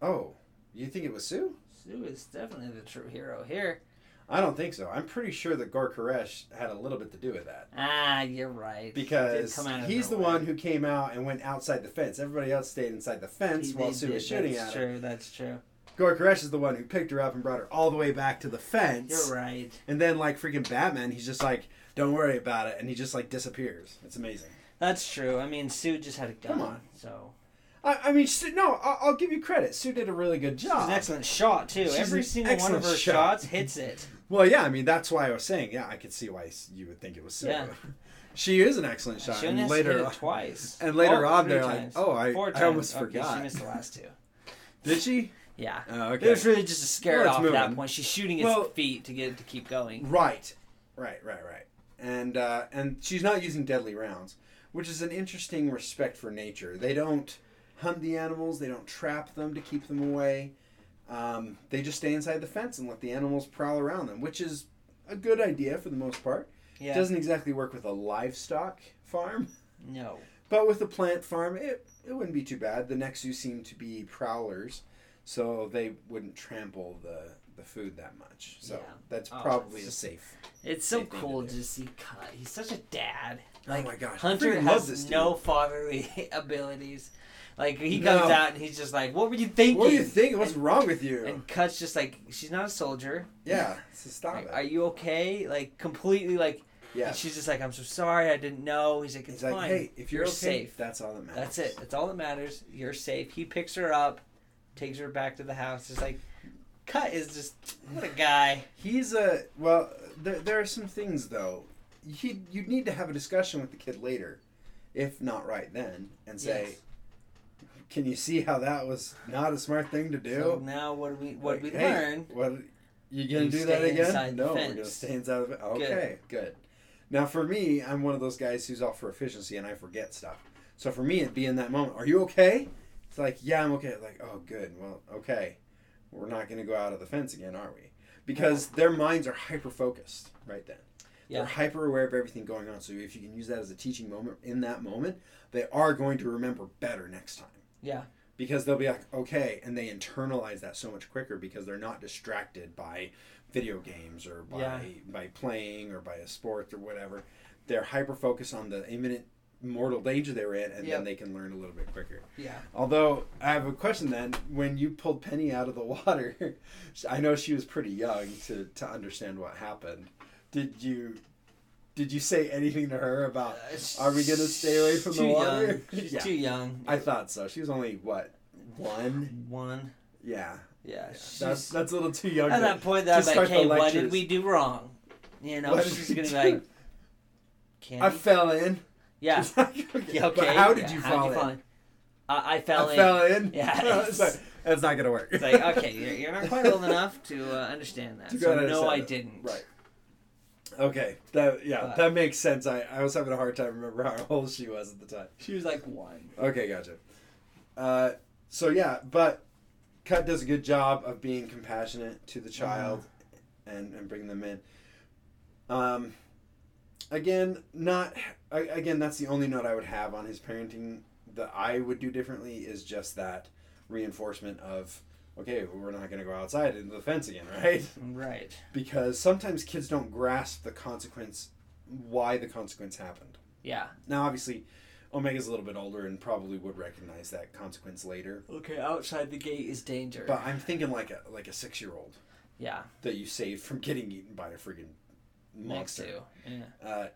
A: Oh, you think it was Sue?
C: Sue is definitely the true hero here.
A: I don't think so. I'm pretty sure that Gor Koresh had a little bit to do with that.
C: Ah, you're right.
A: because
C: Did come out of
A: he's the
C: nowhere.
A: one who came out and went outside the fence. Everybody else stayed inside the fence
C: He-
A: while
C: they
A: Sue was
C: did,
A: shooting
C: that's
A: at her.
C: true, That's true.
A: Gore Koresh is the one who picked her up and brought her all the way back to the fence.
C: You're right.
A: And then, like freaking Batman, he's just like, "Don't worry about it," and he just like disappears. It's amazing.
C: That's true. I mean, Sue just had a gun.
A: Come on.
C: So
A: I, I mean, Sue, no, I'll, I'll give you credit. Sue did a really good
C: She's an
A: job.
C: excellent shot too.
A: She's
C: Every
A: an
C: single one of
A: excellent
C: her
A: shot.
C: shots hits it.
A: Well, yeah, I mean that's why I was saying, yeah, I could see why s- you would think it was Sue.
C: Yeah.
A: (laughs) she is an excellent shot.
C: She only
A: and
C: has to hit
A: later,
C: it twice.
A: and later
C: Oh,
A: on,
C: three
A: they're like,
C: times.
A: oh, I,
C: Four
A: I almost
C: times. Okay,
A: forgot.
C: She missed the
A: (laughs)
C: last two.
A: Did she?
C: Yeah.
A: Oh,
C: It
A: okay.
C: was really just a scare
A: Well,
C: it
A: it's
C: off at
A: moving.
C: that point. She's shooting his
A: Well-
C: feet to get it to keep going.
A: Right, right, right, right. And uh, and she's not using deadly rounds, which is an interesting respect for nature. They don't hunt the animals. They don't trap them to keep them away. Um, they just stay inside the fence and let the animals prowl around them, which is a good idea for the most part.
C: Yeah.
A: Doesn't exactly work with a livestock farm, (laughs)
C: no.
A: but with a plant farm, it it wouldn't be too bad. The next zoo seem to be prowlers, so they wouldn't trample the the food that much. So
B: Yeah.
A: that's
B: Oh,
A: probably
B: it's
A: a
B: just-
A: safe.
B: It's so
A: Safe thing to
B: cool
A: do.
B: to see Cut. He's such a dad.
A: oh my gosh,
B: Hunter
A: freaking love
B: has
A: this dude.
B: no fatherly (laughs) abilities. Like he comes
A: No.
B: out and he's just like, "What were you thinking?"
A: What do you think? What's wrong with you?
B: And Cut's just like, "She's not a soldier.
A: yeah, so stop
B: Like,
A: it.
B: are you okay?" Like completely like.
A: yeah,
B: And she's just like, "I'm so sorry. I didn't know." He's like, "It's
A: he's like,
B: fine.
A: hey, if you're,
B: You're
A: okay,
B: safe.
A: that's all that matters.
B: That's it. That's all that matters. You're safe." He picks her up, takes her back to the house. It's like, Cut is just what a guy.
A: He's a well. There, there are some things though. He you need to have a discussion with the kid later, if not right then, and say,
B: Yes.
A: can you see how that was not a smart thing to do?
B: So now what do we what
A: Like,
B: we
A: hey,
B: learn?
A: What you gonna
B: You
A: do that
B: stay
A: again?
B: inside the
A: No, we're
B: fence.
A: gonna stay inside the fence. Okay, good. Now for me, I'm one of those guys who's all for efficiency and I forget stuff. So for me, it'd be in that moment. Are you okay? It's like, yeah, I'm okay. Like, oh, good. Well, okay. We're not gonna go out of the fence again, are we? Because their minds are hyper focused right then.
B: Yeah.
A: They're hyper aware of everything going on. So if you can use that as a teaching moment in that moment, they are going to remember better next time
B: Yeah.
A: because they'll be like okay and they internalize that so much quicker because they're not distracted by video games or by
B: Yeah.
A: by playing or by a sport or whatever they're hyper focused on the imminent mortal danger they're in and
B: Yep.
A: then they can learn a little bit quicker
B: Yeah.
A: although i have a question then when you pulled penny out of the (laughs) water i know she was pretty young to, to understand what happened did you did you say anything to her about
B: Uh,
A: are we gonna stay away from the
B: Too
A: water?
B: young. She's
A: (laughs) Yeah.
B: too young.
A: i thought so she was only what one
B: One.
A: yeah,
B: Yeah.
A: that's
B: she's-
A: that's a little too young.
B: at
A: to-
B: that point, that was
A: to
B: like,
A: start
B: hey,
A: the
B: what
A: lectures.
B: did we do wrong? You know,
A: What did
B: she's
A: we
B: gonna be
A: do?
B: like,
A: (laughs) I
B: candy.
A: fell in. (laughs)
B: yeah.
A: It's like,
B: (laughs)
A: okay,
B: yeah. Okay.
A: But how did
B: yeah,
A: you
B: how'd
A: fall in?
B: I, I fell
A: (laughs) I
B: in.
A: fell in. (laughs)
B: Yeah.
A: it's like, that's not gonna work.
B: It's like, okay, you're, you're not quite old enough to uh, understand that.
A: (laughs) To go
B: so
A: and
B: no, I
A: understand
B: didn't.
A: (laughs) Right. Okay. That yeah,
B: But-
A: that makes sense. I, I was having a hard time remember how old she was at the time.
B: She was like one.
A: Okay, gotcha. Uh, so yeah, but Cut does a good job of being compassionate to the child and, and bringing them in. Um, again, not a- again. That's the only note I would have on his parenting that I would do differently is just that reinforcement of okay, we're not going to go outside into the fence again, right? (laughs)
B: Right.
A: Because sometimes kids don't grasp the consequence, why the consequence happened.
B: Yeah.
A: Now, obviously, Omega's a little bit older and probably would recognize that consequence later.
B: Okay. Outside the gate is danger.
A: But I'm thinking like a like a six year old
B: yeah.
A: that you saved from getting eaten by a friggin'
B: Next
A: monster.
B: to. Yeah.
A: Uh,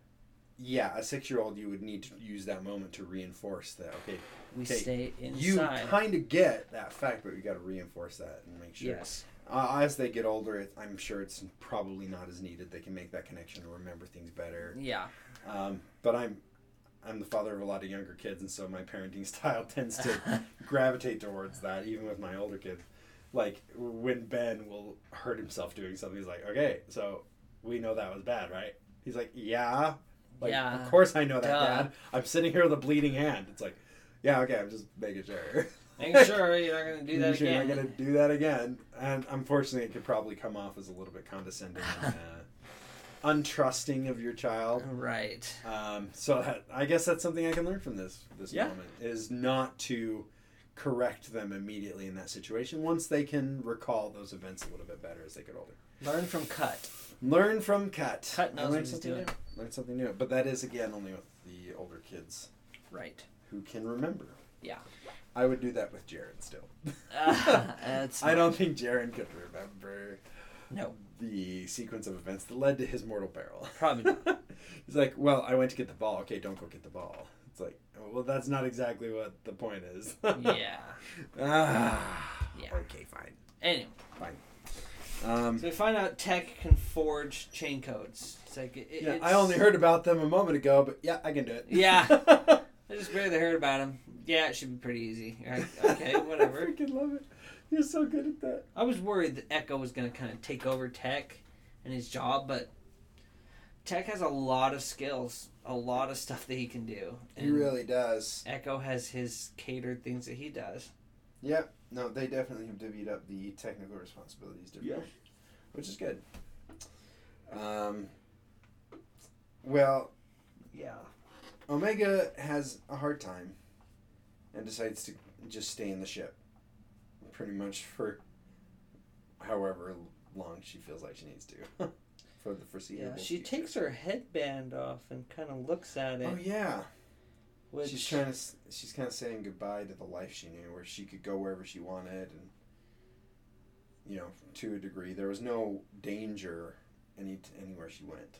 A: yeah, a six year old you would need to use that moment to reinforce that. Okay,
B: We
A: Okay,
B: stay inside.
A: you kind of get that fact, but you got to reinforce that and make sure.
B: Yes.
A: Uh, as they get older, it, I'm sure it's probably not as needed. They can make that connection and remember things better.
B: Yeah.
A: Um, but I'm I'm the father of a lot of younger kids, and so my parenting (laughs) style tends to
B: (laughs)
A: gravitate towards that, even with my older kids. Like when Ben will hurt himself doing something, he's like, "Okay, so we know that was bad, right?" He's like, "Yeah." Like,
B: Yeah.
A: of course I know that,
B: Duh.
A: Dad. I'm sitting here with a bleeding hand. It's like, yeah, okay, I'm just making sure.
B: Make sure you're not
A: (laughs)
B: gonna do that
A: You're
B: again.
A: not gonna do that again. And unfortunately, it could probably come off as a little bit condescending,
B: (laughs)
A: and, uh, untrusting of your child.
B: Right.
A: Um, so that, I guess that's something I can learn from this this
B: Yeah.
A: moment is not to correct them immediately in that situation once they can recall those events a little bit better as they get older.
B: Learn from cut.
A: Learn from Kat.
B: Kat knows
A: I learned
B: what he's
A: something
B: doing.
A: New. Learn something new, but that is again only with the older kids (laughs)
B: Right.
A: who can remember.
B: Yeah.
A: I would do that with
B: (laughs)
A: Jared still.
B: Uh, that's
A: I don't think Jared could remember
B: No.
A: the sequence of events that led to his mortal peril.
B: Probably not.
A: He's like, well, I went to get the ball. Okay, don't go get the ball. It's like, oh, well, that's not exactly what the point is. (laughs)
C: yeah.
A: Ah,
C: Yeah.
A: Okay, fine.
C: Anyway,
A: Um,
C: so we find out tech can forge chain codes. It's like it, it-
A: yeah,
C: it's-
A: I only heard about them a moment ago, but yeah, I can do it. (laughs)
C: Yeah.
A: I
C: I just barely heard about him. Yeah, it should be pretty easy. All right, okay, whatever.
A: freaking love it. You're so good at that.
C: I was worried that Echo was going to kind of take over Tech and his job, but Tech has a lot of skills, a lot of stuff that he can do.
A: He really does.
C: Echo has his catered things that he does.
A: Yep. No, they definitely have divvied up the technical responsibilities differently, which is good. Um, well,
C: Yeah.
A: Omega has a hard time and decides to just stay in the ship pretty much for however long she feels like she needs to (laughs) for the foreseeable.
C: Yeah, she
A: future.
C: takes her headband off and kind of looks at it,
A: Oh yeah,
C: which
A: she's trying to. s- She's kind of saying goodbye to the life she knew, where she could go wherever she wanted, and you know, to a degree, there was no danger any anywhere she went.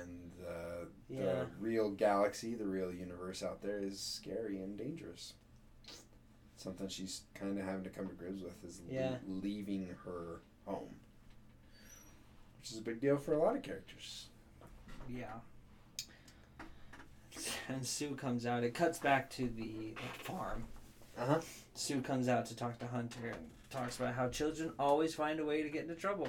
A: And uh,
C: Yeah.
A: the real galaxy, the real universe out there is scary and dangerous. Something she's kind of having to come to grips with is le-
C: Yeah.
A: leaving her home, which is a big deal for a lot of (laughs) characters.
C: yeah. And Sue comes out. It cuts back to the farm.
A: Uh huh.
C: Sue comes out to talk to Hunter and talks about how children always find a way to get into trouble.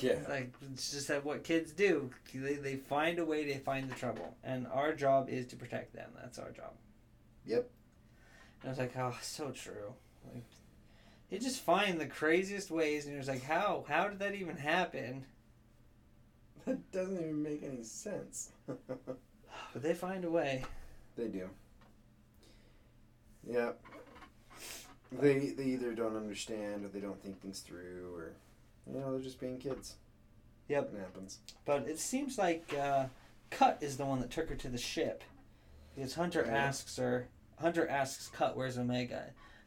A: Yeah.
C: Like it's just that what kids do. They, they find a way to find the trouble, and our job is to protect them. That's our job.
A: Yep.
C: And I was like, oh, so true. Like, they just find the craziest ways, and you're just like, how? How did that even happen?
A: That doesn't even make any sense. (laughs)
C: But they find a way.
A: they do. Yeah. They they either don't understand or they don't think things through or you know, they're just being kids.
C: Yep.
A: It happens.
C: But it seems like uh, Cut is the one that took her to the ship, because Hunter
A: Yeah.
C: asks her. Hunter asks Cut, "Where's Omega?"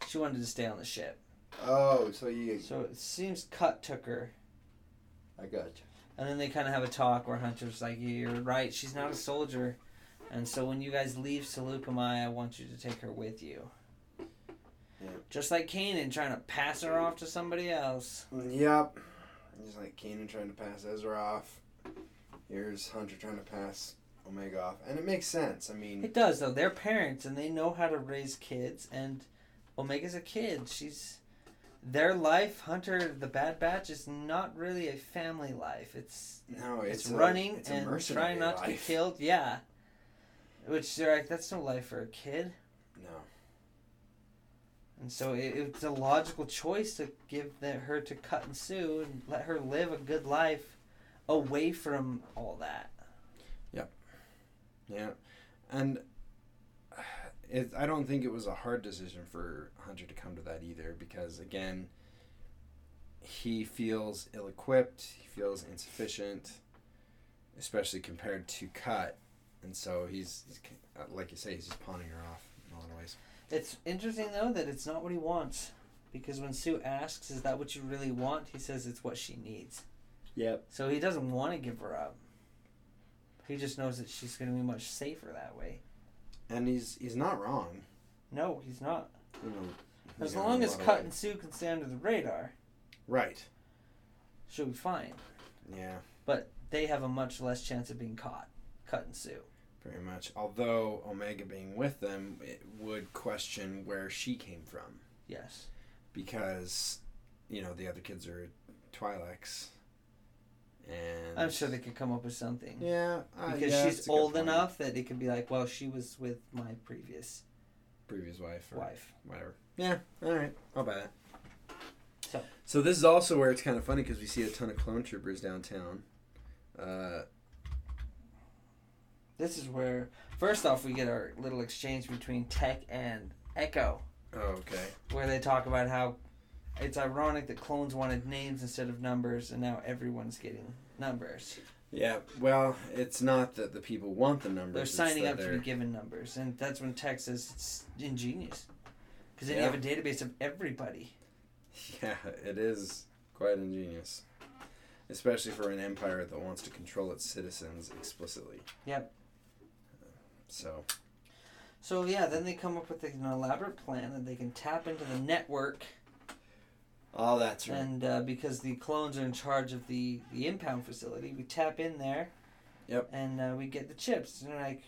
C: She wanted to stay on the ship,
A: Oh, so you
C: so it seems Cut took her.
A: I got you.
C: And then they kind of have a talk where Hunter's like, "Yeah, "You're right. She's not a soldier, and so when you guys leave Seleucami, I want you to take her with you."
A: Yeah.
C: Just like Kanan trying to pass her off to somebody else.
A: Yep. Just like Kanan trying to pass Ezra off. Here's Hunter trying to pass Omega off. And it makes sense. I mean
C: It does though. They're parents and they know how to raise kids. And Omega's a kid. She's their life. Hunter, the Bad Batch, is not really a family life. It's
A: no, Oh, it's,
C: it's,
A: a-
C: running
A: it's a
C: and
A: mercenary
C: trying not to be
A: life.
C: killed. Yeah. Which they're like, that's no life for a kid.
A: No.
C: And so it, it's a logical choice to give the, her to Cut and Sue and let her live a good life away from all that.
A: Yeah, and uh, it, I don't think it was a hard decision for Hunter to come to that either, because again, he feels ill-equipped, he feels insufficient, especially compared to Cut, and so he's, he's ki- uh, like you say, he's just pawning her off in a lot of ways.
C: It's interesting though that it's not what he wants. Because when Sue asks, is that what you really want? He says it's what she needs.
A: Yep.
C: So he doesn't want to give her up. He just knows that she's going to be much safer that way.
A: And he's he's not wrong.
C: No, he's not.
A: you know,
C: As
A: you know,
C: long
A: in a
C: as
A: lot of
C: Cut
A: ways.
C: and Sue can stay under the radar,
A: Right.
C: she'll be fine.
A: Yeah.
C: They have a much less chance of being caught. Cut and Sue.
A: Pretty much. Although Omega being with them, it would question where she came from.
C: Yes.
A: because you know the other kids are Twi'leks, and
C: I'm sure they could come up with something.
A: yeah uh,
C: because
A: yeah, that's
C: she's
A: a good
C: old
A: point.
C: enough that it could be like, well, she was with my previous
A: Previous wife, or
C: wife.
A: whatever. Yeah, all right, I'll buy that.
C: So-
A: so this is also where it's kind of funny because we see a ton of clone troopers downtown. Uh,
C: This is where, first off, we get our little exchange between Tech and Echo,
A: oh, okay.
C: where they talk about how it's ironic that clones wanted names instead of numbers, and now everyone's getting numbers.
A: Yeah, well, it's not that the people want the numbers.
C: They're
A: it's
C: signing
A: that
C: up to
A: they're-
C: be given numbers, and that's when Tech says it's ingenious. Because then
A: Yeah.
C: you have a database of everybody.
A: (laughs) Yeah, it is quite ingenious. Especially for an empire that wants to control its citizens explicitly.
C: Yep.
A: So
C: So yeah, then they come up with an elaborate plan that they can tap into the network,
A: all that's right.
C: and uh, because the clones are in charge of the the impound facility, we tap in there.
A: Yep.
C: And uh, we get the chips, and they're like,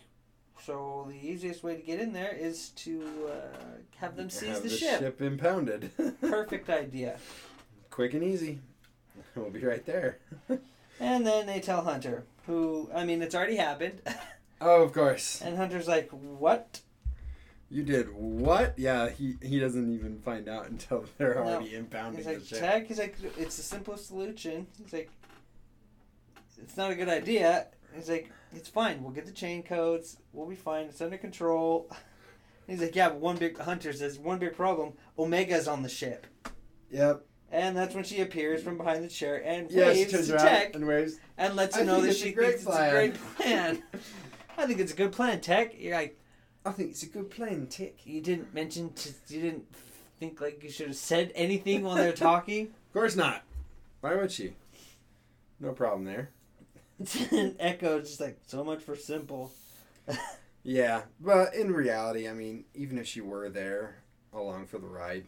C: so the easiest way to get in there is to uh, have them seize
A: Have
C: the,
A: (laughs)
C: ship.
A: impounded.
C: Perfect idea.
A: Quick and easy. (laughs) We'll be right there. (laughs)
C: And then they tell Hunter, who I mean, it's already happened, (laughs)
A: oh, of course.
C: and Hunter's like, what?
A: You did what? Yeah, he he doesn't even find out (laughs) until they're
C: No.
A: already impounding
C: He's
A: the
C: like,
A: ship.
C: Tech. He's like, it's the simplest solution. He's like, it's not a good idea. He's like, it's fine. We'll get the chain codes. We'll be fine. It's under control. (laughs) He's like, yeah, but one big Hunter says one big problem. Omega's on the ship,
A: Yep.
C: and that's when she appears from behind the chair and
A: Yeah, she
C: waves
A: turns
C: to
A: around
C: Tech
A: and waves.
C: and lets her
A: I
C: know
A: think
C: that
A: it's a
C: she
A: great
C: thinks it's
A: (laughs)
C: a great plan. I think it's a good plan, Tech. You're like,
A: I think it's a good plan, Tick.
C: you didn't mention, to, you didn't think like you should have said anything
A: (laughs)
C: while they're talking.
A: Of course not. Why would she? No problem there.
C: and Echo's just like, so much for simple.
A: Yeah, but in reality, I mean, even if she were there along for the ride,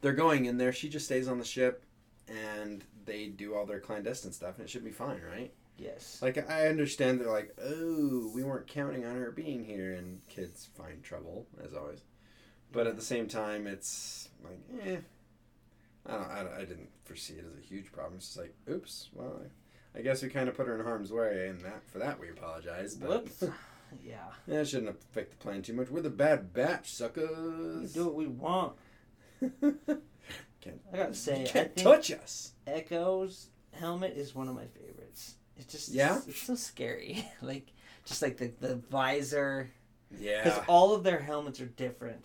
A: they're going in there. She just stays on the ship, and they do all their clandestine stuff, and it should be fine, right?
C: Yes.
A: Like I understand, they're like, "Oh, we weren't counting on her being here," and kids find trouble as always. But at the same time, it's like, eh, I don't, I, don't, I didn't foresee it as a huge problem. It's just like, oops, well, I, I guess we kind of put her in harm's way, and that for that we apologize. But (laughs)
C: Whoops. Yeah.
A: Yeah, it shouldn't affect the plan too much. We're the bad batch,
C: We
A: suckers.
C: do what we want.
A: (laughs) can't
C: I gotta say,
A: you
C: I
A: can't
C: think
A: touch us.
C: Echo's helmet is one of my favorites. It's just,
A: Yeah?
C: it's so scary. (laughs) like, just like the, the visor. Because
A: Yeah,
C: all of their helmets are different.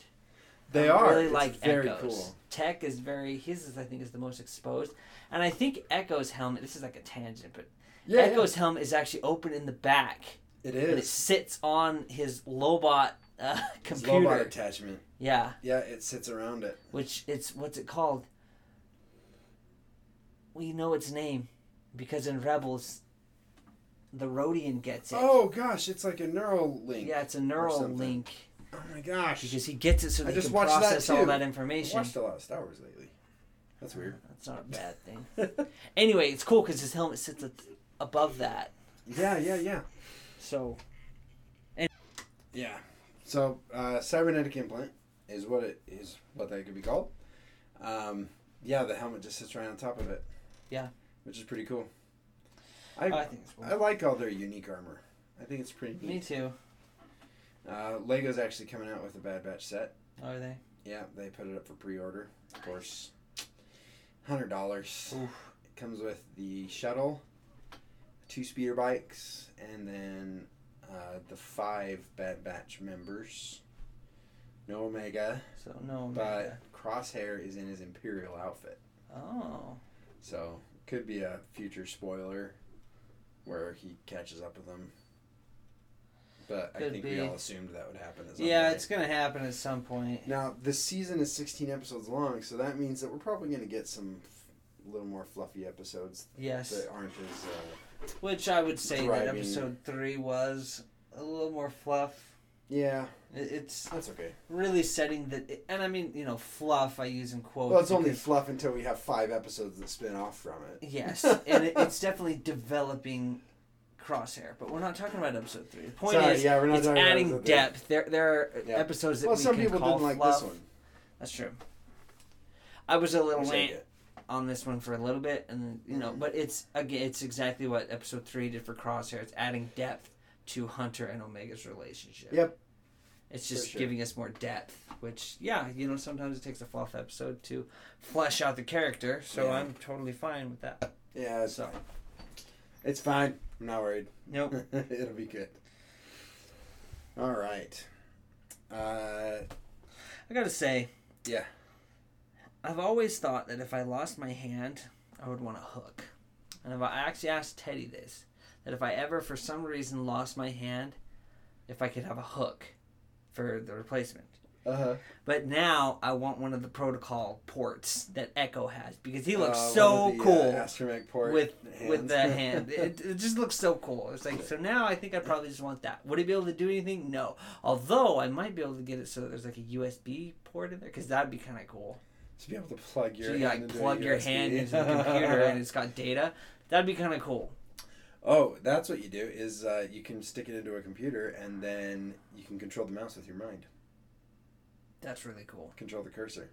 A: they
C: I
A: are.
C: really
A: It's
C: like
A: very
C: Echo's.
A: cool.
C: Tech is very, his is, I think, is the most exposed. And I think Echo's helmet, this is like a tangent, but
A: Yeah,
C: Echo's helmet is actually open in the back.
A: yeah, it
C: And it
A: is.
C: sits on his Lobot uh,
A: It's
C: computer.
A: Lobot attachment.
C: Yeah,
A: Yeah, it sits around it.
C: which it's what's it called? We know its name because in Rebels, the Rodian gets it.
A: Oh gosh, it's like a neural link.
C: yeah, it's a neural
A: something.
C: link
A: Oh my gosh.
C: because he gets it so
A: I
C: they
A: just
C: can
A: watched that
C: process all
A: too.
C: that
A: I
C: information.
A: watched a lot of Star Wars lately. That's
C: (laughs)
A: weird.
C: That's not a bad thing. anyway, it's cool because his helmet sits at, above that.
A: yeah, yeah, yeah,
C: So
A: yeah. So uh, cybernetic implant is what it is. What that could be called. Um, yeah, the helmet just sits right on top of it.
C: Yeah.
A: Which is pretty cool.
C: I,
A: I,
C: think it's cool.
A: I like all their unique armor. I think it's pretty
C: Me
A: neat.
C: too.
A: Uh, Lego's actually coming out with a Bad Batch set.
C: Are they?
A: Yeah, they put it up for pre-order. Of course, hundred dollars.
C: Oof.
A: It comes with the shuttle, two speeder bikes, and then uh, the five Bad Batch members. No Omega,
C: So no.
A: but
C: Amanda.
A: Crosshair is in his Imperial outfit,
C: Oh.
A: so could be a future spoiler where he catches up with them. But I
C: Could
A: think
C: be.
A: we all assumed that would happen. At some
C: Yeah,
A: point.
C: it's gonna happen at some point.
A: Now, this season is 16 episodes long, so that means that we're probably going to get some f- little more fluffy episodes
C: Yes.
A: that aren't as. Uh,
C: Which I would say that
A: Driving.
C: episode three was a little more fluff.
A: yeah,
C: It- It's
A: that's okay.
C: really setting the, and I mean, you know, fluff. I use in quotes.
A: Well, it's only
C: because-
A: fluff until we have five episodes that spin off from it.
C: yes, and it, it's definitely developing crosshair. But we're not talking about episode three. The point
A: Sorry,
C: is,
A: yeah, we're not
C: it's
A: talking about
C: adding
A: episode three.
C: depth. There, there are
A: Yeah.
C: episodes that
A: well,
C: we
A: some
C: can
A: people
C: call
A: didn't like
C: fluff.
A: this one.
C: That's true. I was a little
A: which I
C: late
A: get.
C: on this one for a little bit, and then, you know,
A: Mhm.
C: but it's again, it's exactly what episode three did for Crosshair. It's adding depth to Hunter and Omega's relationship.
A: Yep.
C: It's
A: For
C: just
A: sure.
C: giving us more depth, which yeah, you know, sometimes it takes a fluff episode to flesh out the character. So
A: Yeah.
C: I'm totally fine with that.
A: Yeah, it's,
C: So
A: it's fine. I'm not worried. (laughs)
C: nope.
A: It'll be good. All right. Uh,
C: I gotta say,
A: Yeah.
C: I've always thought that if I lost my hand, I would want a hook. And if I I actually asked Teddy this, that if I ever for some reason lost my hand, if I could have a hook for the replacement.
A: Uh huh.
C: But now I want one of the protocol ports that Echo has because he looks
A: Uh,
C: so
A: one of the, uh,
C: cool
A: astromech port
C: with
A: hands.
C: with that hand. It, it just looks so cool. It's like so now I think I probably just want that. Would it be able to do anything? No. Although I might be able to get it so that there's like a USB port in there because that'd be kind of cool.
A: (laughs) to be able to plug your
C: so you
A: hand
C: like
A: into a
C: plug your
A: USB.
C: hand into
A: (laughs)
C: the computer and it's got data. That'd be kind of cool.
A: Oh, that's what you do is uh, you can stick it into a computer and then you can control the mouse with your mind,
C: That's really cool.
A: control the cursor.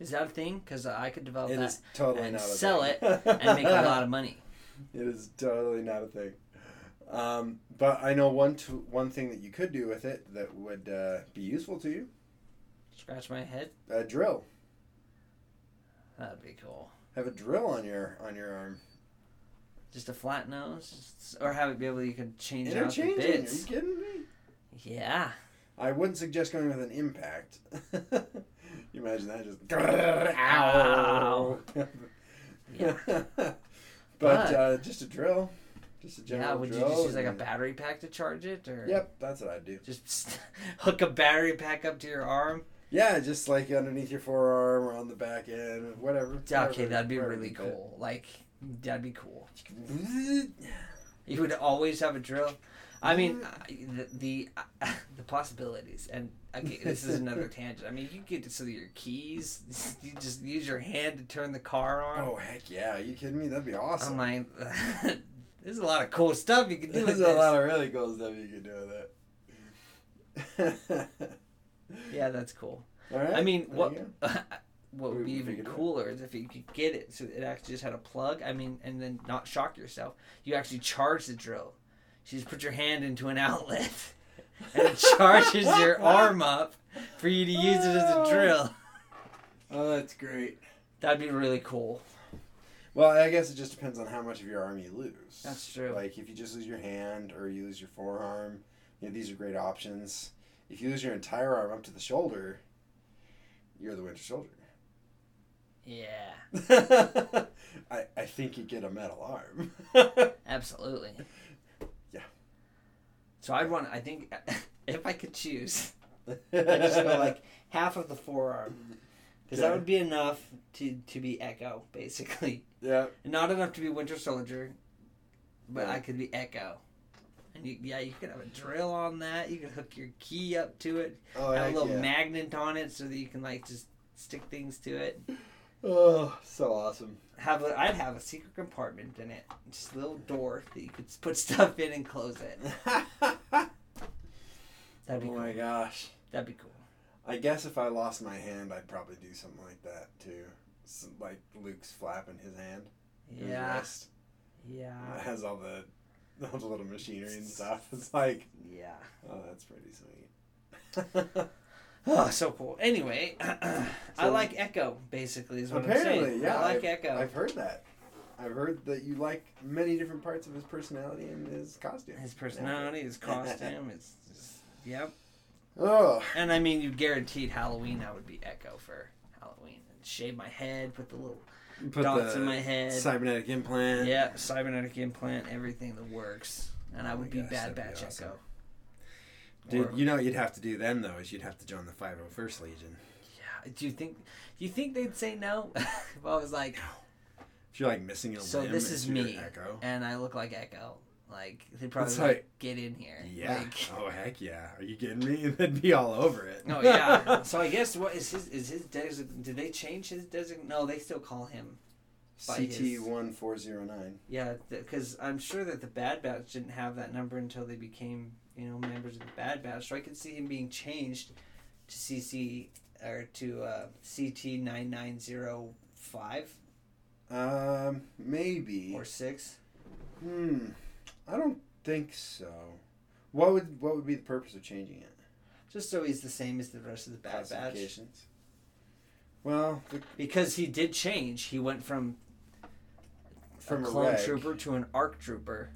C: Is that a thing? Because I could develop
A: It is
C: that
A: totally
C: and
A: not a (laughs)
C: sell
A: thing.
C: it and make a lot of money.
A: It is totally not a thing. Um, but I know one t- one thing that you could do with it that would uh, be useful to you:
C: Scratch my head.
A: a drill.
C: That'd be cool.
A: Have a drill on your on your arm.
C: Just a flat nose, just- or have it be able you can change out the
A: Interchanging? Are you
C: bits.
A: kidding me?
C: Yeah.
A: I wouldn't suggest going with an impact. (laughs) you imagine that just (laughs)
C: Ow. Yeah.
A: but
C: But-
A: uh, just a drill, just a general
C: yeah. Would you
A: drill.
C: just use like a
A: and-
C: battery pack to charge it, or
A: Yep, that's what I'd do.
C: just (laughs) hook a battery pack up to your arm?
A: Yeah, just like underneath your forearm or on the back end, whatever.
C: Okay,
A: wherever-
C: that'd be
A: wherever
C: really
A: you fit.
C: cool. Like that'd be cool. You would always have a drill. I mean, I- the the, (laughs) the possibilities, and okay, this is
A: (laughs)
C: another tangent. I mean, you get some of your keys. (laughs) You just use your hand to turn the car on.
A: (laughs) Oh heck yeah! Are you kidding me? That'd be awesome.
C: I'm like, (laughs) there's a lot of cool stuff you can do
A: (laughs) There's
C: with this.
A: a lot of really cool stuff you could do with (laughs) that.
C: yeah, that's cool.
A: All right.
C: I mean,
A: there
C: what
A: you go.
C: (laughs) what would
A: We-
C: be
A: we
C: even
A: figured it out.
C: cooler is if you could get it so it actually just had a plug. I mean, and then not shock yourself. You actually charge the drill. So you just put your hand into an (laughs) outlet, and it charges
A: (laughs)
C: your arm up for you to use it as a drill.
A: Oh, that's great.
C: That'd be really cool.
A: Well, I guess it just depends on how much of your arm you lose.
C: That's true.
A: Like if you just lose your hand or you lose your forearm, you know, these are great options. If you lose your entire arm up to the shoulder, you're the winter soldier. (laughs)
C: Yeah,
A: I, I think you get a metal arm. yeah,
C: absolutely.
A: Yeah.
C: So I'd want. I think (laughs) if I could
A: (laughs)
C: choose. I just go like half of the forearm. Because that
A: Okay.
C: would be enough to, to be Echo, basically.
A: (laughs) yeah.
C: Not enough to be Winter Soldier, but
A: Yeah.
C: I could be Echo. And you, yeah, you could have a drill on that. You could hook your key up to it.
A: Oh,
C: have a
A: heck
C: little
A: yeah.
C: magnet on it so that you can like just stick things to it.
A: oh, so
C: (laughs)
A: awesome.
C: Have a, I'd have a secret compartment in it, just a little door that you could put (laughs) stuff in and close it.
A: oh
C: That'd be
A: my
C: cool.
A: gosh.
C: That'd be cool.
A: I guess if I lost my hand, I'd probably do something like that too. Some, like Luke's flapping his hand. his
C: Yeah,
A: wrist.
C: yeah,
A: It has all the (laughs) all the little machinery and stuff. It's like,
C: yeah.
A: oh, that's pretty sweet.
C: Oh, so cool. Anyway, (clears throat) I
A: So-
C: like Echo. Basically, is what I'm
A: Apparently,
C: saying.
A: yeah,
C: I like
A: I've-
C: Echo.
A: I've heard that. I've heard that you like many different parts of his personality and his costume.
C: His personality, his costume, it's just, yep.
A: Oh,
C: And I mean, you guaranteed Halloween. I would be Echo for Halloween and shave my head, put the little
A: put
C: dots
A: the
C: in my head.
A: cybernetic implant.
C: yeah, cybernetic implant, everything that works. And I
A: Oh
C: would
A: my
C: be
A: gosh,
C: Bad
A: that'd
C: Batch
A: be awesome.
C: Echo.
A: dude.
C: Or-
A: You know what you'd have to do then though is you'd have to join the 501st Legion.
C: yeah. Do you think? Do you think they'd say no? (laughs) if I was like,
A: If you're like missing a
C: So
A: limb,
C: this
A: it's
C: is
A: your
C: me.
A: Echo.
C: and I look like Echo, like they'd probably
A: It's
C: like,
A: like-
C: get in here.
A: Yeah. (laughs)
C: Eh, Like,
A: oh heck yeah. Are you kidding me? (laughs) That'd be all over it.
C: Oh
A: (laughs)
C: yeah. so I guess what is his is his design? Did they change his design? No, they still call him. By his-
A: CT one four zero nine.
C: Yeah, because I'm sure that the Bad Batch didn't have that number until they became you know members of the Bad Batch. So I could see him being changed to CC or to uh, CT nine nine zero five
A: Um, maybe.
C: or six.
A: Hmm. I don't think so. What would what would be the purpose of changing it?
C: Just so he's the same as the rest of the Bad Batch.
A: Classifications. Well, the,
C: Because he did change. He went from
A: from
C: a
A: a,
C: clone
A: reg-
C: trooper to an arc trooper.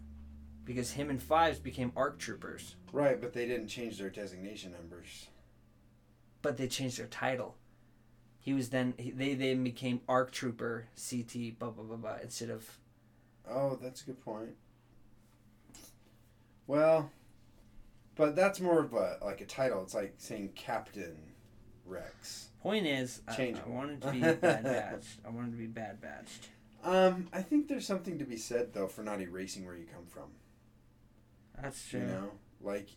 C: Because him and Fives became arc troopers.
A: right? But they didn't change their designation numbers.
C: but they changed their title. He was then he, they then became ARC Trooper CT blah blah blah blah instead of
A: Oh, that's a good point. Well, But that's more of a like a title. It's like saying Captain Rex.
C: Point is, I,
A: Change
C: I
A: it.
C: wanted (laughs) to be bad batched. I wanted to be bad batched.
A: Um, I think there's something to be said though for not erasing where you come from.
C: That's true.
A: You know, like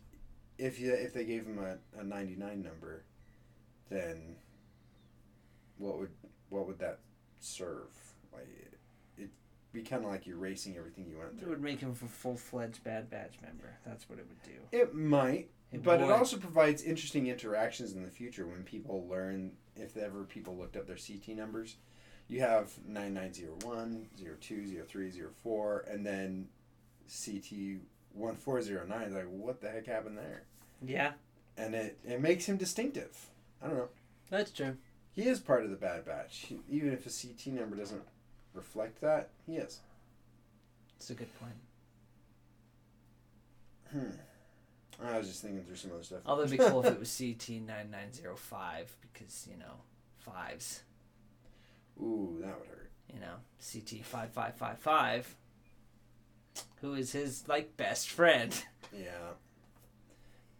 A: if you if they gave him a, a 99 number, then what would what would that serve? Like it, it'd be kind of like erasing everything you went
C: It
A: through.
C: would make him a full fledged bad batch member. That's what it would do.
A: It might, but
C: would.
A: it also provides interesting interactions in the future when people learn if ever people looked up their CT numbers. You have 9901, 02, 03, 04, and then CT 1409. Like, what the heck happened there?
C: yeah,
A: And it, it makes him distinctive. I don't know.
C: that's true.
A: He is part of the Bad Batch. He- even if his CT number doesn't reflect that, he is.
C: It's a good point.
A: Hmm. I was just thinking through some other stuff.
C: Although it'd Oh, be cool if it was CT nine nine zero five because you know fives.
A: (laughs) Ooh, that would hurt.
C: You know CT five five five five. Who is his like best friend? (laughs)
A: Yeah.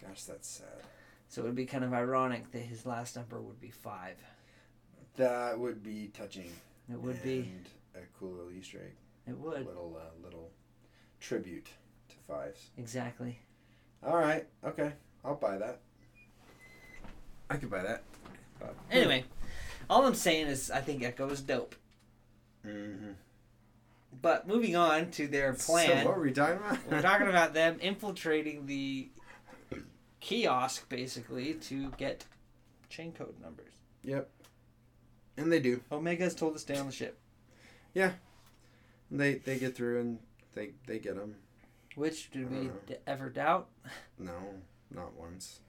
A: Gosh, that's sad.
C: So it would be kind of ironic that his last number would be five.
A: That would be touching.
C: It would be.
A: And a cool little Easter egg,
C: It would
A: little uh, little tribute to fives.
C: exactly.
A: All right, okay, I'll buy that. I could buy that.
C: Anyway, all I'm saying is I think Echo is dope.
A: Mm-hmm.
C: But moving on to their plan.
A: So what were we talking about?
C: We're talking about them infiltrating the kiosk basically to get chain code numbers.
A: and they do.
C: Omega's told us stay on the ship,
A: They they get through and they they get them.
C: which did we
A: Mhm.
C: d- ever doubt?
A: No, not once.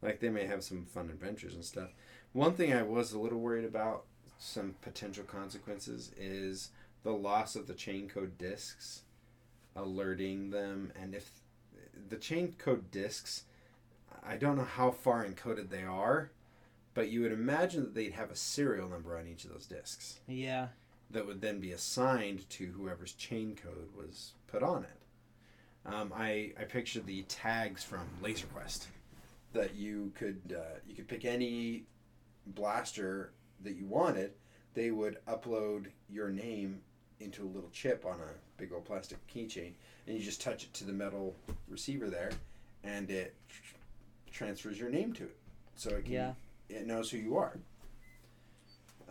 A: Like they may have some fun adventures and stuff. One thing I was a little worried about, some potential consequences, is the loss of the chain code discs, alerting them, and if the chain code discs, I don't know how far encoded they are, but you would imagine that they'd have a serial number on each of those discs
C: Yeah.
A: that would then be assigned to whoever's chain code was put on it. Um, I I pictured the tags from Laser Quest that you could uh, you could pick any blaster that you wanted. They would upload your name into a little chip on a big old plastic keychain, and you just touch it to the metal receiver there, and it tr- transfers your name to it, so it can
C: Yeah.
A: it knows who you are.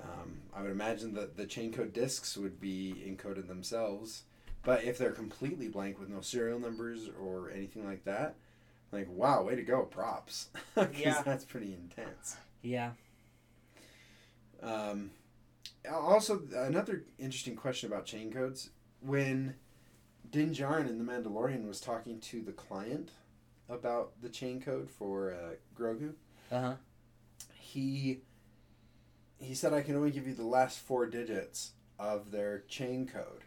A: Um, I would imagine that the chain code discs would be encoded themselves, but if they're completely blank with no serial numbers or anything like that, like wow, way to go, props. (laughs) 'Cause
C: Yeah.
A: that's pretty intense.
C: Yeah.
A: Um, also, another interesting question about chain codes when Din Djarin in The Mandalorian was talking to the client about the chain code for uh, Grogu,
C: Uh huh.
A: he he said I can only give you the last four digits of their chain code.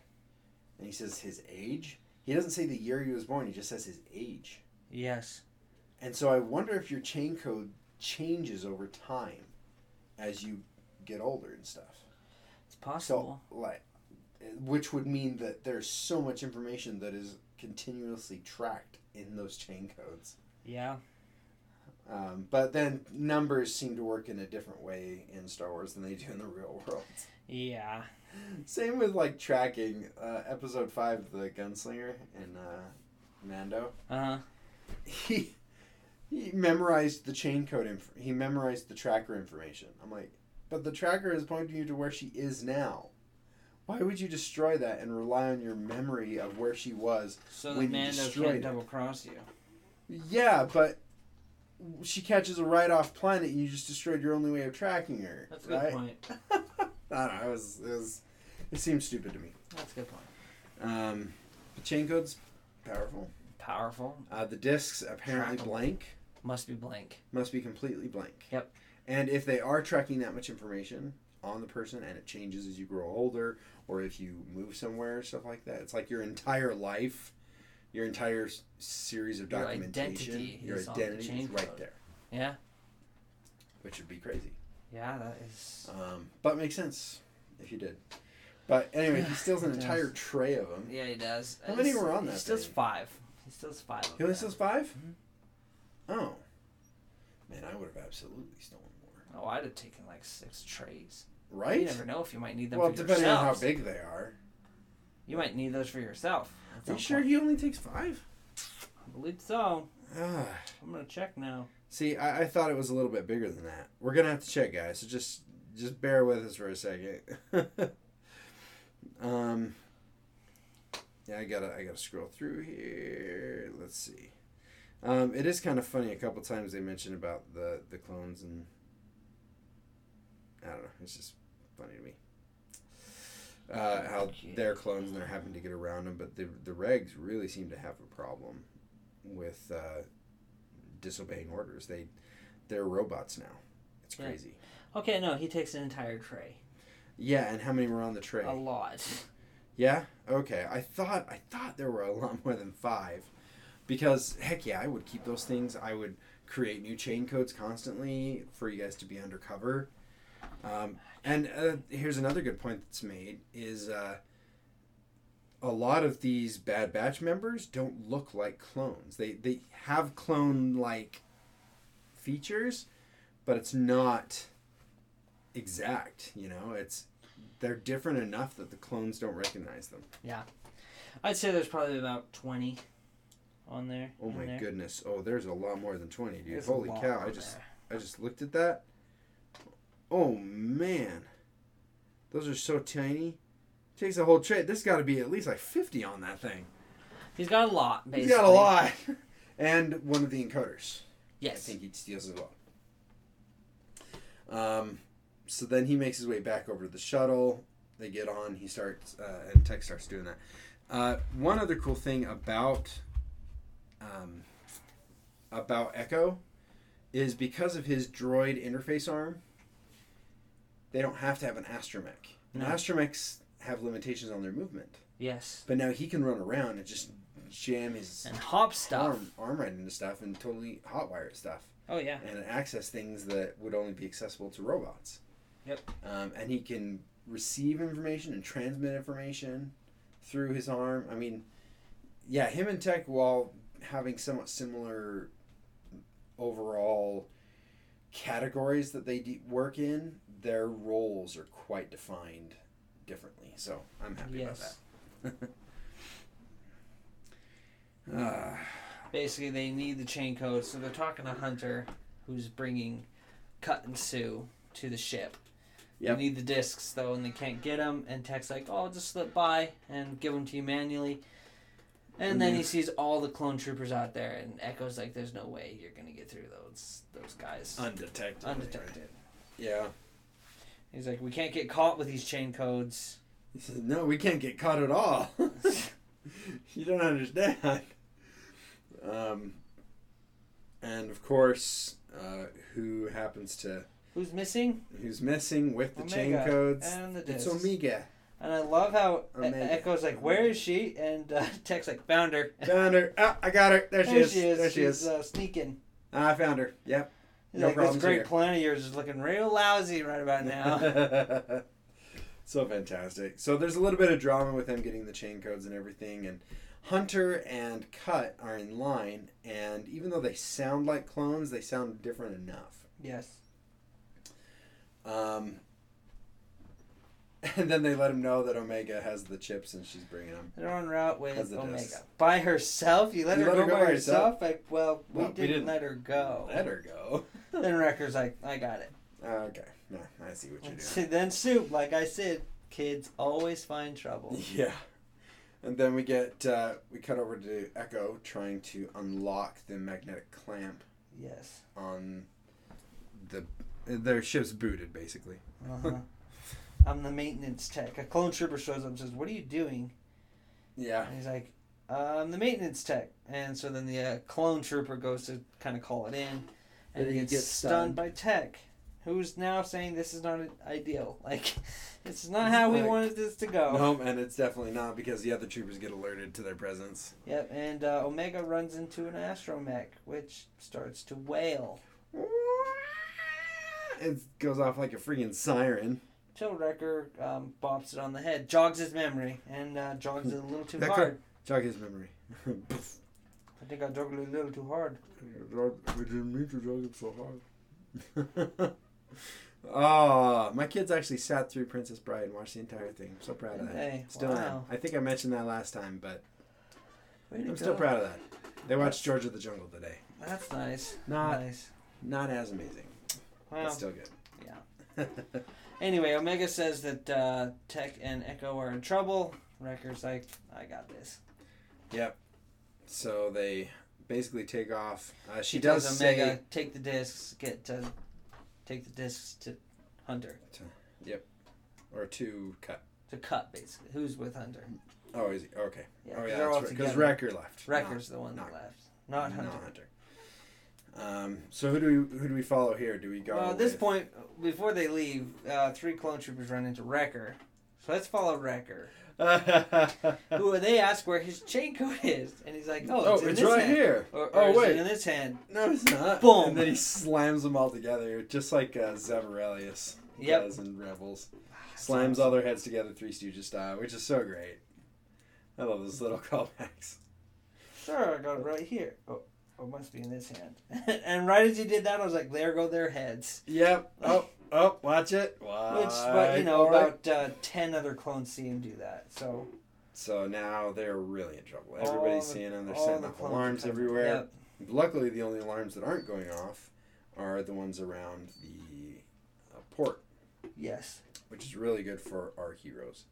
A: And he says his age. He doesn't say the year he was born, he just says his age.
C: Yes.
A: And so I wonder if your chain code changes over time as you get older and stuff.
C: It's possible.
A: So like which would mean that there's so much information that is continuously tracked in those chain codes.
C: yeah.
A: Um, but then numbers seem to work in a different way in Star Wars than they do in the real world.
C: Yeah.
A: Same with like tracking. Uh, episode five, the gunslinger in uh, Mando, (laughs)
C: Uh huh.
A: he he memorized the chain code. Inf- he memorized the tracker information. I'm like, but the tracker is pointing you to where she is now. Why would you destroy that and rely on your memory of where she was
C: So
A: When
C: the
A: you
C: Mando
A: destroyed
C: can't
A: it.
C: double cross you.
A: Yeah, but she catches a ride off planet and you just destroyed your only way of tracking her.
C: That's a good
A: right?
C: point.
A: (laughs) I don't know. It, was, it, was, it seems stupid to me.
C: That's a good point.
A: Um, the chain code's powerful.
C: Powerful.
A: Uh, the discs apparently
C: Trackable.
A: blank,
C: Must be blank.
A: must be completely blank.
C: Yep.
A: And if they are tracking that much information on the person and it changes as you grow older or if you move somewhere, stuff like that, it's like your entire life, your entire s- series of
C: Your
A: documentation,
C: identity
A: your
C: is on the
A: identity
C: chain
A: is right
C: code.
A: there,
C: Yeah.
A: which would be crazy.
C: Yeah. That is.
A: Um, but makes sense if you did. But anyway,
C: (sighs)
A: he steals an
C: It does.
A: entire tray of them.
C: Yeah, he does.
A: How many
C: He's-
A: were on
C: He
A: that
C: steals
A: thing?
C: five. He steals five. of
A: He only
C: them.
A: steals 5
C: Mhm.
A: Oh. Man, I would have absolutely stolen more.
C: Oh, I'd have taken like six trays. You
A: Right?
C: never know if you might need them
A: Well,
C: for
A: depending
C: yourself.
A: on how big they are.
C: You might need those for yourself. at
A: Are
C: some
A: you sure
C: point.
A: he only takes five?
C: I believe so.
A: Ah.
C: I'm gonna check now.
A: See, I, I thought it was a little bit bigger than that. We're gonna have to check, guys. So just just bear with us for a second. (laughs) um, yeah, I gotta I gotta scroll through here. Let's see. Um, it is kind of funny. A couple times they mention about the the clones, and I don't know. It's just funny to me. Uh, how their clones and they're having to get around them, but the the regs really seem to have a problem with. Uh, disobeying orders. They they're robots now. It's
C: Yeah.
A: crazy.
C: Okay, no, he takes an entire tray.
A: Yeah, and how many were on the tray?
C: A lot. (laughs)
A: yeah? Okay. I thought I thought there were a lot more than 5 because heck yeah, I would keep those things. I would create new chain codes constantly for you guys to be undercover. Um, and uh, here's another good point that's made is uh, a lot of these Bad Batch members don't look like clones. They they have clone like features, but it's not exact. You know, it's they're different enough that the clones don't recognize them.
C: I'd say there's probably about twenty on there.
A: Oh
C: in
A: my
C: there.
A: goodness! Oh, there's a lot more than twenty, dude.
C: There's a
A: Holy
C: lot
A: cow! I
C: on
A: just
C: there.
A: I just looked at that. Oh man, those are so tiny. Takes a whole tray. There's got to be at least like fifty on that thing.
C: He's got a lot. Basically.
A: He's got a lot, (laughs) and one of the encoders. I
C: Yes.
A: think he steals as well. Um, so then he makes his way back over to the shuttle. They get on. He starts, uh, and Tech starts doing that. Uh, one other cool thing about um, about Echo is because of his droid interface arm, they don't have to have an astromech. And
C: No.
A: Astromechs have limitations on their movement,
C: Yes.
A: but now he can run around and just jam his
C: And hop stuff.
A: arm arm right into stuff and totally hotwire stuff
C: Oh yeah.
A: and access things that would only be accessible to robots.
C: Yep.
A: Um, and he can receive information and transmit information through his arm. I mean, yeah, him and Tech, while having somewhat similar overall categories that they de- work in, their roles are quite defined differently. So I'm happy
C: Yes.
A: about that. Ah,
C: Basically, they need the chain code, so they're talking to Hunter, who's bringing Cut and Sue to the ship.
A: Yep.
C: They need the discs though, and they can't get them. And Tech's like, "Oh, I'll just slip by and give them to you manually." And then
A: Mhm.
C: he sees all the clone troopers out there, and Echo's like, "There's no way you're gonna get through those those guys
A: undetected.
C: undetected."
A: Yeah.
C: He's like, "We can't get caught with these chain codes."
A: He says, No, we can't get caught at all. (laughs) you don't understand. Um, and of course, uh, who happens to
C: Who's missing?
A: who's missing with the chain
C: Omega
A: codes?
C: and the
A: It's
C: discs.
A: Omega.
C: And I love how E-
A: Omega.
C: Echo's like, "Where is she?" And uh, (laughs) Tech's like, "Found her." (laughs)
A: Found her. Ah, I got her. There she is. There she
C: She's
A: is.
C: Uh, sneaking.
A: I found her. Yep.
C: He's
A: No
C: like, this
A: problems
C: great
A: here."
C: plan of yours is looking real lousy right about (laughs)
A: (laughs)
C: now.
A: so fantastic. So there's a little bit of drama with him getting the chain codes and everything, and Hunter and Cut are in line, and even though they sound like clones, they sound different enough.
C: yes.
A: Um, (laughs) and then they let him know that Omega has the chips and she's bringing them.
C: They're on route with
A: How's the
C: Omega.
A: disc?
C: By herself? You let
A: You
C: her
A: let
C: go
A: her go
C: by
A: by
C: herself? Like, well, we,
A: Well, we
C: didn't
A: didn't
C: let her go.
A: Let her go.
C: Then Wrecker's like, I got it.
A: Okay. Yeah, I see what you're
C: And
A: doing.
C: so then Soup, like I said, kids always
A: (laughs)
C: find trouble.
A: Yeah. And then we get uh, we cut over to Echo trying to unlock the magnetic clamp
C: Yes.
A: on the their ship's booted basically.
C: Uh-huh. I'm the maintenance tech. A clone trooper shows up and says, What are you doing?
A: Yeah.
C: And he's like, I'm the maintenance tech. And so then the uh, clone trooper goes to kind of call it in.
A: And
C: And he
A: he
C: gets,
A: gets
C: stunned
A: stunned.
C: by tech, who's now saying this is not ideal. (laughs) Like, this is not how we
A: Like-
C: wanted this to go.
A: No, and it's definitely not because the other troopers get alerted to their presence.
C: Yep, and uh, Omega runs into an astromech, which starts to wail.
A: It goes off like a freaking siren.
C: Till Wrecker um, bops it on the head, jogs his memory, and uh, jogs it a little
A: (laughs)
C: too
A: Wrecker.
C: hard.
A: Jog his memory.
C: think I juggled a little too hard.
A: I didn't mean to drag it so hard. oh, my kids actually sat through Princess Bride and watched the entire thing. I'm so proud of that.
C: Hey,
A: uh, Still
C: wow.
A: am. I think I mentioned that last time, but
C: Way to
A: I'm still
C: go.
A: proud of that. They watched George of the Jungle today.
C: That's nice.
A: Not
C: nice.
A: not as amazing,
C: Wow.
A: but still good. (laughs) Yeah.
C: Anyway, Omega says that uh, Tech and Echo are in trouble. Wrecker's like, I got this.
A: so they basically take off. Uh, she,
C: She
A: does
C: tells
A: say
C: Omega, take the discs, get to take the discs to Hunter
A: or two cut.
C: to cut basically. Who's with Hunter?
A: Oh, is he? Okay.
C: Yeah,
A: oh
C: 'cause
A: yeah,
C: they're all
A: that's right. Because
C: together.
A: Wrecker left.
C: Wrecker's the one
A: not-
C: that left, not Hunter.
A: Um, so who do we who do we follow here? Do we go?
C: Well, at this
A: with- (laughs)
C: point, before they leave, uh, three clone troopers run into Wrecker. So let's follow
A: (laughs)
C: Wrecker.
A: Oh,
C: Who they ask where his chain code is, and he's like, "Oh,
A: oh,
C: it's,
A: it's,
C: in this
A: right
C: hand.
A: here.
C: Or,
A: Oh,
C: or is it
A: wait.
C: in this hand.
A: No, it's not.
C: Boom.
A: And then he slams them all together, just like uh, Zevarelius
C: Yep. Ah,
A: does in Rebels. Slams all their heads together, Three Stooges style, which is so great. I love those little (laughs) callbacks.
C: Sure, I got it right here. Oh, oh, it must be in this hand. (laughs) and right as he did that, I was like, there go their heads.
A: Yep. Oh, oh, watch it.
C: Which, but, you
A: Why?
C: know,
A: All right.
C: about uh, 10 other clones see him do that. So,
A: So now they're really in trouble.
C: All
A: Everybody's
C: the-
A: seeing them. They're
C: all
A: setting
C: the
A: off
C: clones
A: alarms
C: are-
A: everywhere.
C: yep.
A: Luckily, the only alarms that aren't going off are the ones around the uh, port,
C: yes.
A: which is really good for our heroes.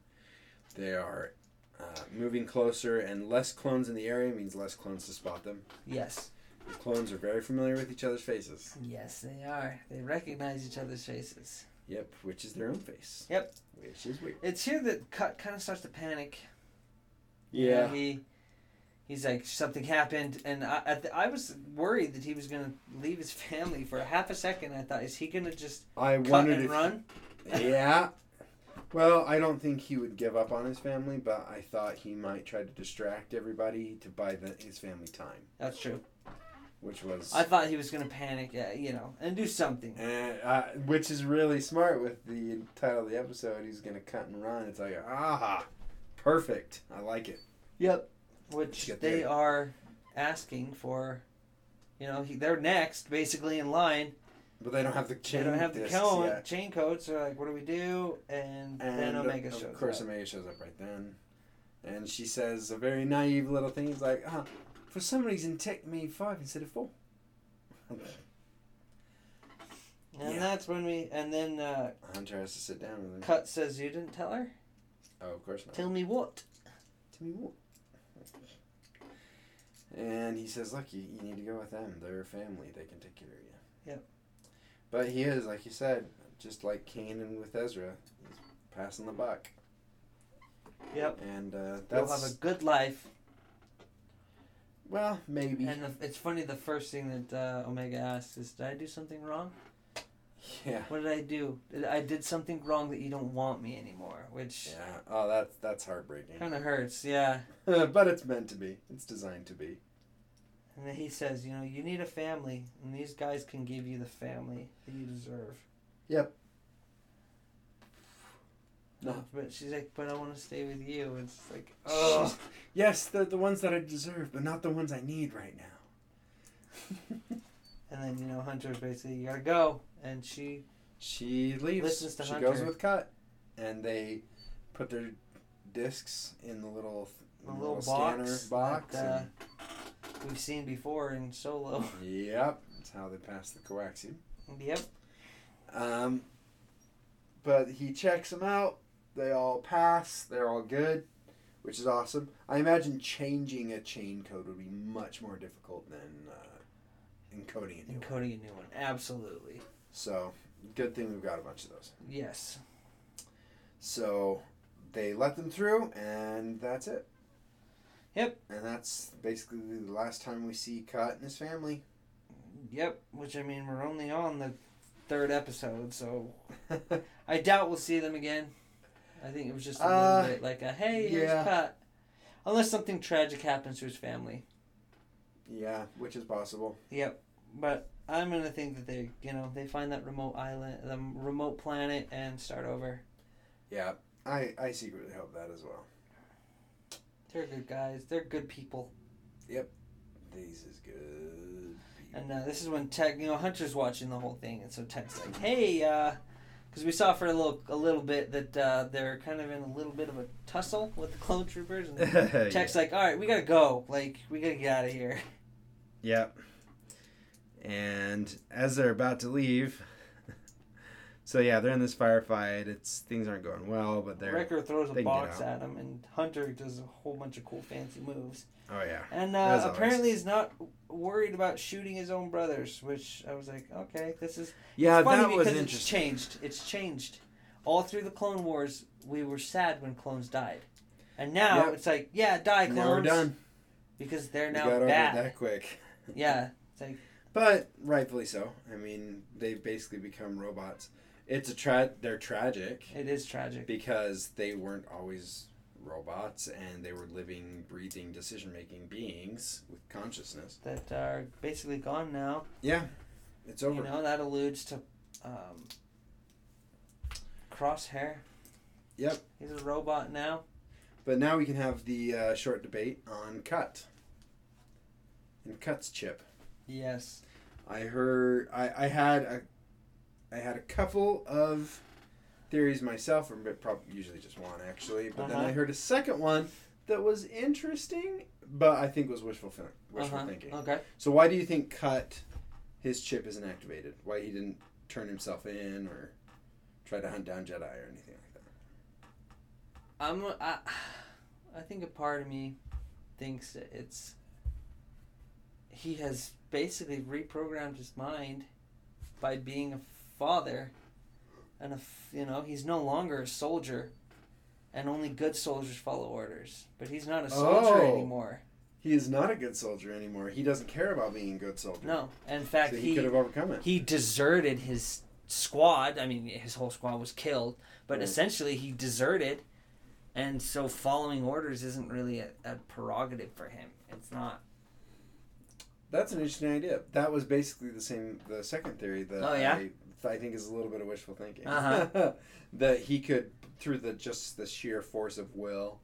A: They are uh, moving closer, and less clones in the area means less clones to spot them.
C: Yes.
A: The clones are very familiar with each other's faces.
C: Yes, they are. They recognize each other's faces.
A: Yep, which is their own face.
C: Yep.
A: Which is weird.
C: It's here that Cut kind of starts to panic.
A: Yeah.
C: And he, he's like, something happened. And I, at the, I was worried that he was going to leave his (laughs) family for a half a second. I thought, is he going to just
A: I
C: cut
A: wondered
C: and
A: if
C: run?
A: yeah. Well, I don't think he would give up on his family, but I thought he might try to distract everybody to buy the, his family time,
C: That's true.
A: which was
C: I thought he was gonna panic, uh, you know, and do something.
A: and, uh, which is really smart with the title of the episode. He's gonna cut and run. It's like ah, perfect. I like it.
C: Yep. Which
A: Get
C: they
A: there.
C: are asking for. You know, he, they're next, basically in line.
A: But they don't have the chain.
C: they don't have the
A: discs
C: cone,
A: yet.
C: chain coats. So like, what do we do? And, then
A: And
C: Omega
A: of,
C: shows
A: of course,
C: up.
A: Omega shows up right then, and she says a very naive little thing. He's like, ah, for some reason, Tech made five instead of four. (laughs)
C: And
A: yeah.
C: that's when we. And then uh,
A: Hunter has to sit down with him.
C: Cut says, "You didn't tell her.
A: Oh, of course not.
C: Tell me what."
A: Tell me what. And he says, "Look, you, you need to go with them. They're a family. They can take care of you."
C: Yep.
A: But he is, like you said, just like Canaan with Ezra, he's passing the buck.
C: Yep.
A: And uh,
C: They'll
A: that's
C: have a good life.
A: well, maybe.
C: And the, it's funny. The first thing that uh, Omega asks is, "Did I do something wrong?
A: yeah.
C: What did I do? I did something wrong that you don't want me anymore." Which.
A: Yeah. Oh, that's that's heartbreaking.
C: Kind of hurts, yeah.
A: (laughs) but it's meant to be. It's designed to be.
C: And then he says, you know, you need a family, and these guys can give you the family that you deserve.
A: Yep. No.
C: But she's like, but I want to stay with you. And it's like, oh,
A: (laughs) Yes, they're the ones that I deserve, but not the ones I need right
C: (laughs)
A: now.
C: and then you know, Hunter's basically, you gotta go, and she,
A: She leaves.
C: Listens to
A: she
C: Hunter.
A: goes with Cut, and they put their discs in the little
C: The little box
A: box.
C: that, uh,
A: and-
C: we've seen before in Solo. (laughs)
A: yep, that's how they pass the coaxium.
C: yep.
A: Um, but he checks them out. They all pass. They're all good, which is awesome. I imagine changing a chain code would be much more difficult than uh, encoding a new one.
C: Encoding a new one, absolutely.
A: So, good thing we've got a bunch of those.
C: Yes.
A: So they let them through, and that's it.
C: Yep.
A: And that's basically the last time we see Cut and his family. (laughs)
C: Yep. Which I mean, we're only on the third episode, so I doubt we'll see them again. I think it was just a little
A: Uh,
C: bit like a hey, here's
A: yeah.
C: Pat. Unless something tragic happens to his family.
A: yeah, which is possible.
C: But I'm gonna think that they, you know, they find that remote island, the remote planet, and start over.
A: Yeah, I I secretly hope that as well.
C: They're good guys. They're good people.
A: This is (laughs) good.
C: And uh, this is when Tech, you know, Hunter's watching the whole thing, and so Tech's like, "Hey," because we saw for a little a little bit that uh, they're kind of in a little bit of a tussle with the clone
A: (laughs)
C: troopers, and Tech's like, "All right, we gotta go. Like, we gotta get out of here."
A: Yep. And as they're about to leave, (laughs) so yeah, they're in this firefight. It's things aren't going well, but they're
C: Wrecker throws a
A: they can get
C: box
A: out.
C: at him, and Hunter does a whole bunch of cool fancy moves.
A: oh yeah,
C: And
A: As
C: uh,
A: always.
C: apparently, he's not worried about shooting his own brothers, which I was like, "Okay, this is."
A: yeah.
C: It's funny
A: Uh, That was
C: because It's
A: interesting.
C: changed. It's changed. All through the Clone Wars, we were sad when clones died, and now
A: Yep.
C: it's like, yeah, die clones.
A: Now we're done.
C: because they're
A: We
C: now
A: got over it
C: bad.
A: that quick.
C: Yeah,
A: But rightfully so. I mean, they've basically become robots. It's a tra- they're tragic
C: it is tragic.
A: because they weren't always robots and they were living, breathing, decision-making beings with consciousness.
C: That are basically gone now.
A: Yeah, it's over.
C: You know that alludes to um, Crosshair.
A: Yep.
C: He's a robot now.
A: But now we can have the uh, short debate on cut. And cuts chip.
C: Yes.
A: I heard I, I had a I had a couple of theories myself, or probably usually just one actually. But then
C: Uh-huh.
A: I heard a second one that was interesting, but I think was wishful fin- wishful
C: Uh-huh.
A: thinking.
C: Okay.
A: So why do you think cut his chip isn't activated? Why he didn't turn himself in or try to hunt down Jedi or anything like that?
C: I'm. I, I think a part of me thinks that it's. He has basically reprogrammed his mind by being a father, and a f- you know he's no longer a soldier, and only good soldiers follow orders. But he's not a soldier
A: Oh.
C: anymore.
A: He is not a good soldier anymore. He doesn't care about being a good soldier.
C: No, in fact,
A: So he,
C: he
A: could have overcome it.
C: he deserted his squad. I mean, his whole squad was killed, but
A: Right.
C: essentially he deserted, and so following orders isn't really a, a prerogative for him. It's not.
A: That's an interesting idea. That was basically the same. The second theory that
C: Oh, yeah?
A: I, I think is a little bit of wishful thinking.
C: Uh-huh.
A: (laughs) that he could, through the just the sheer force of will,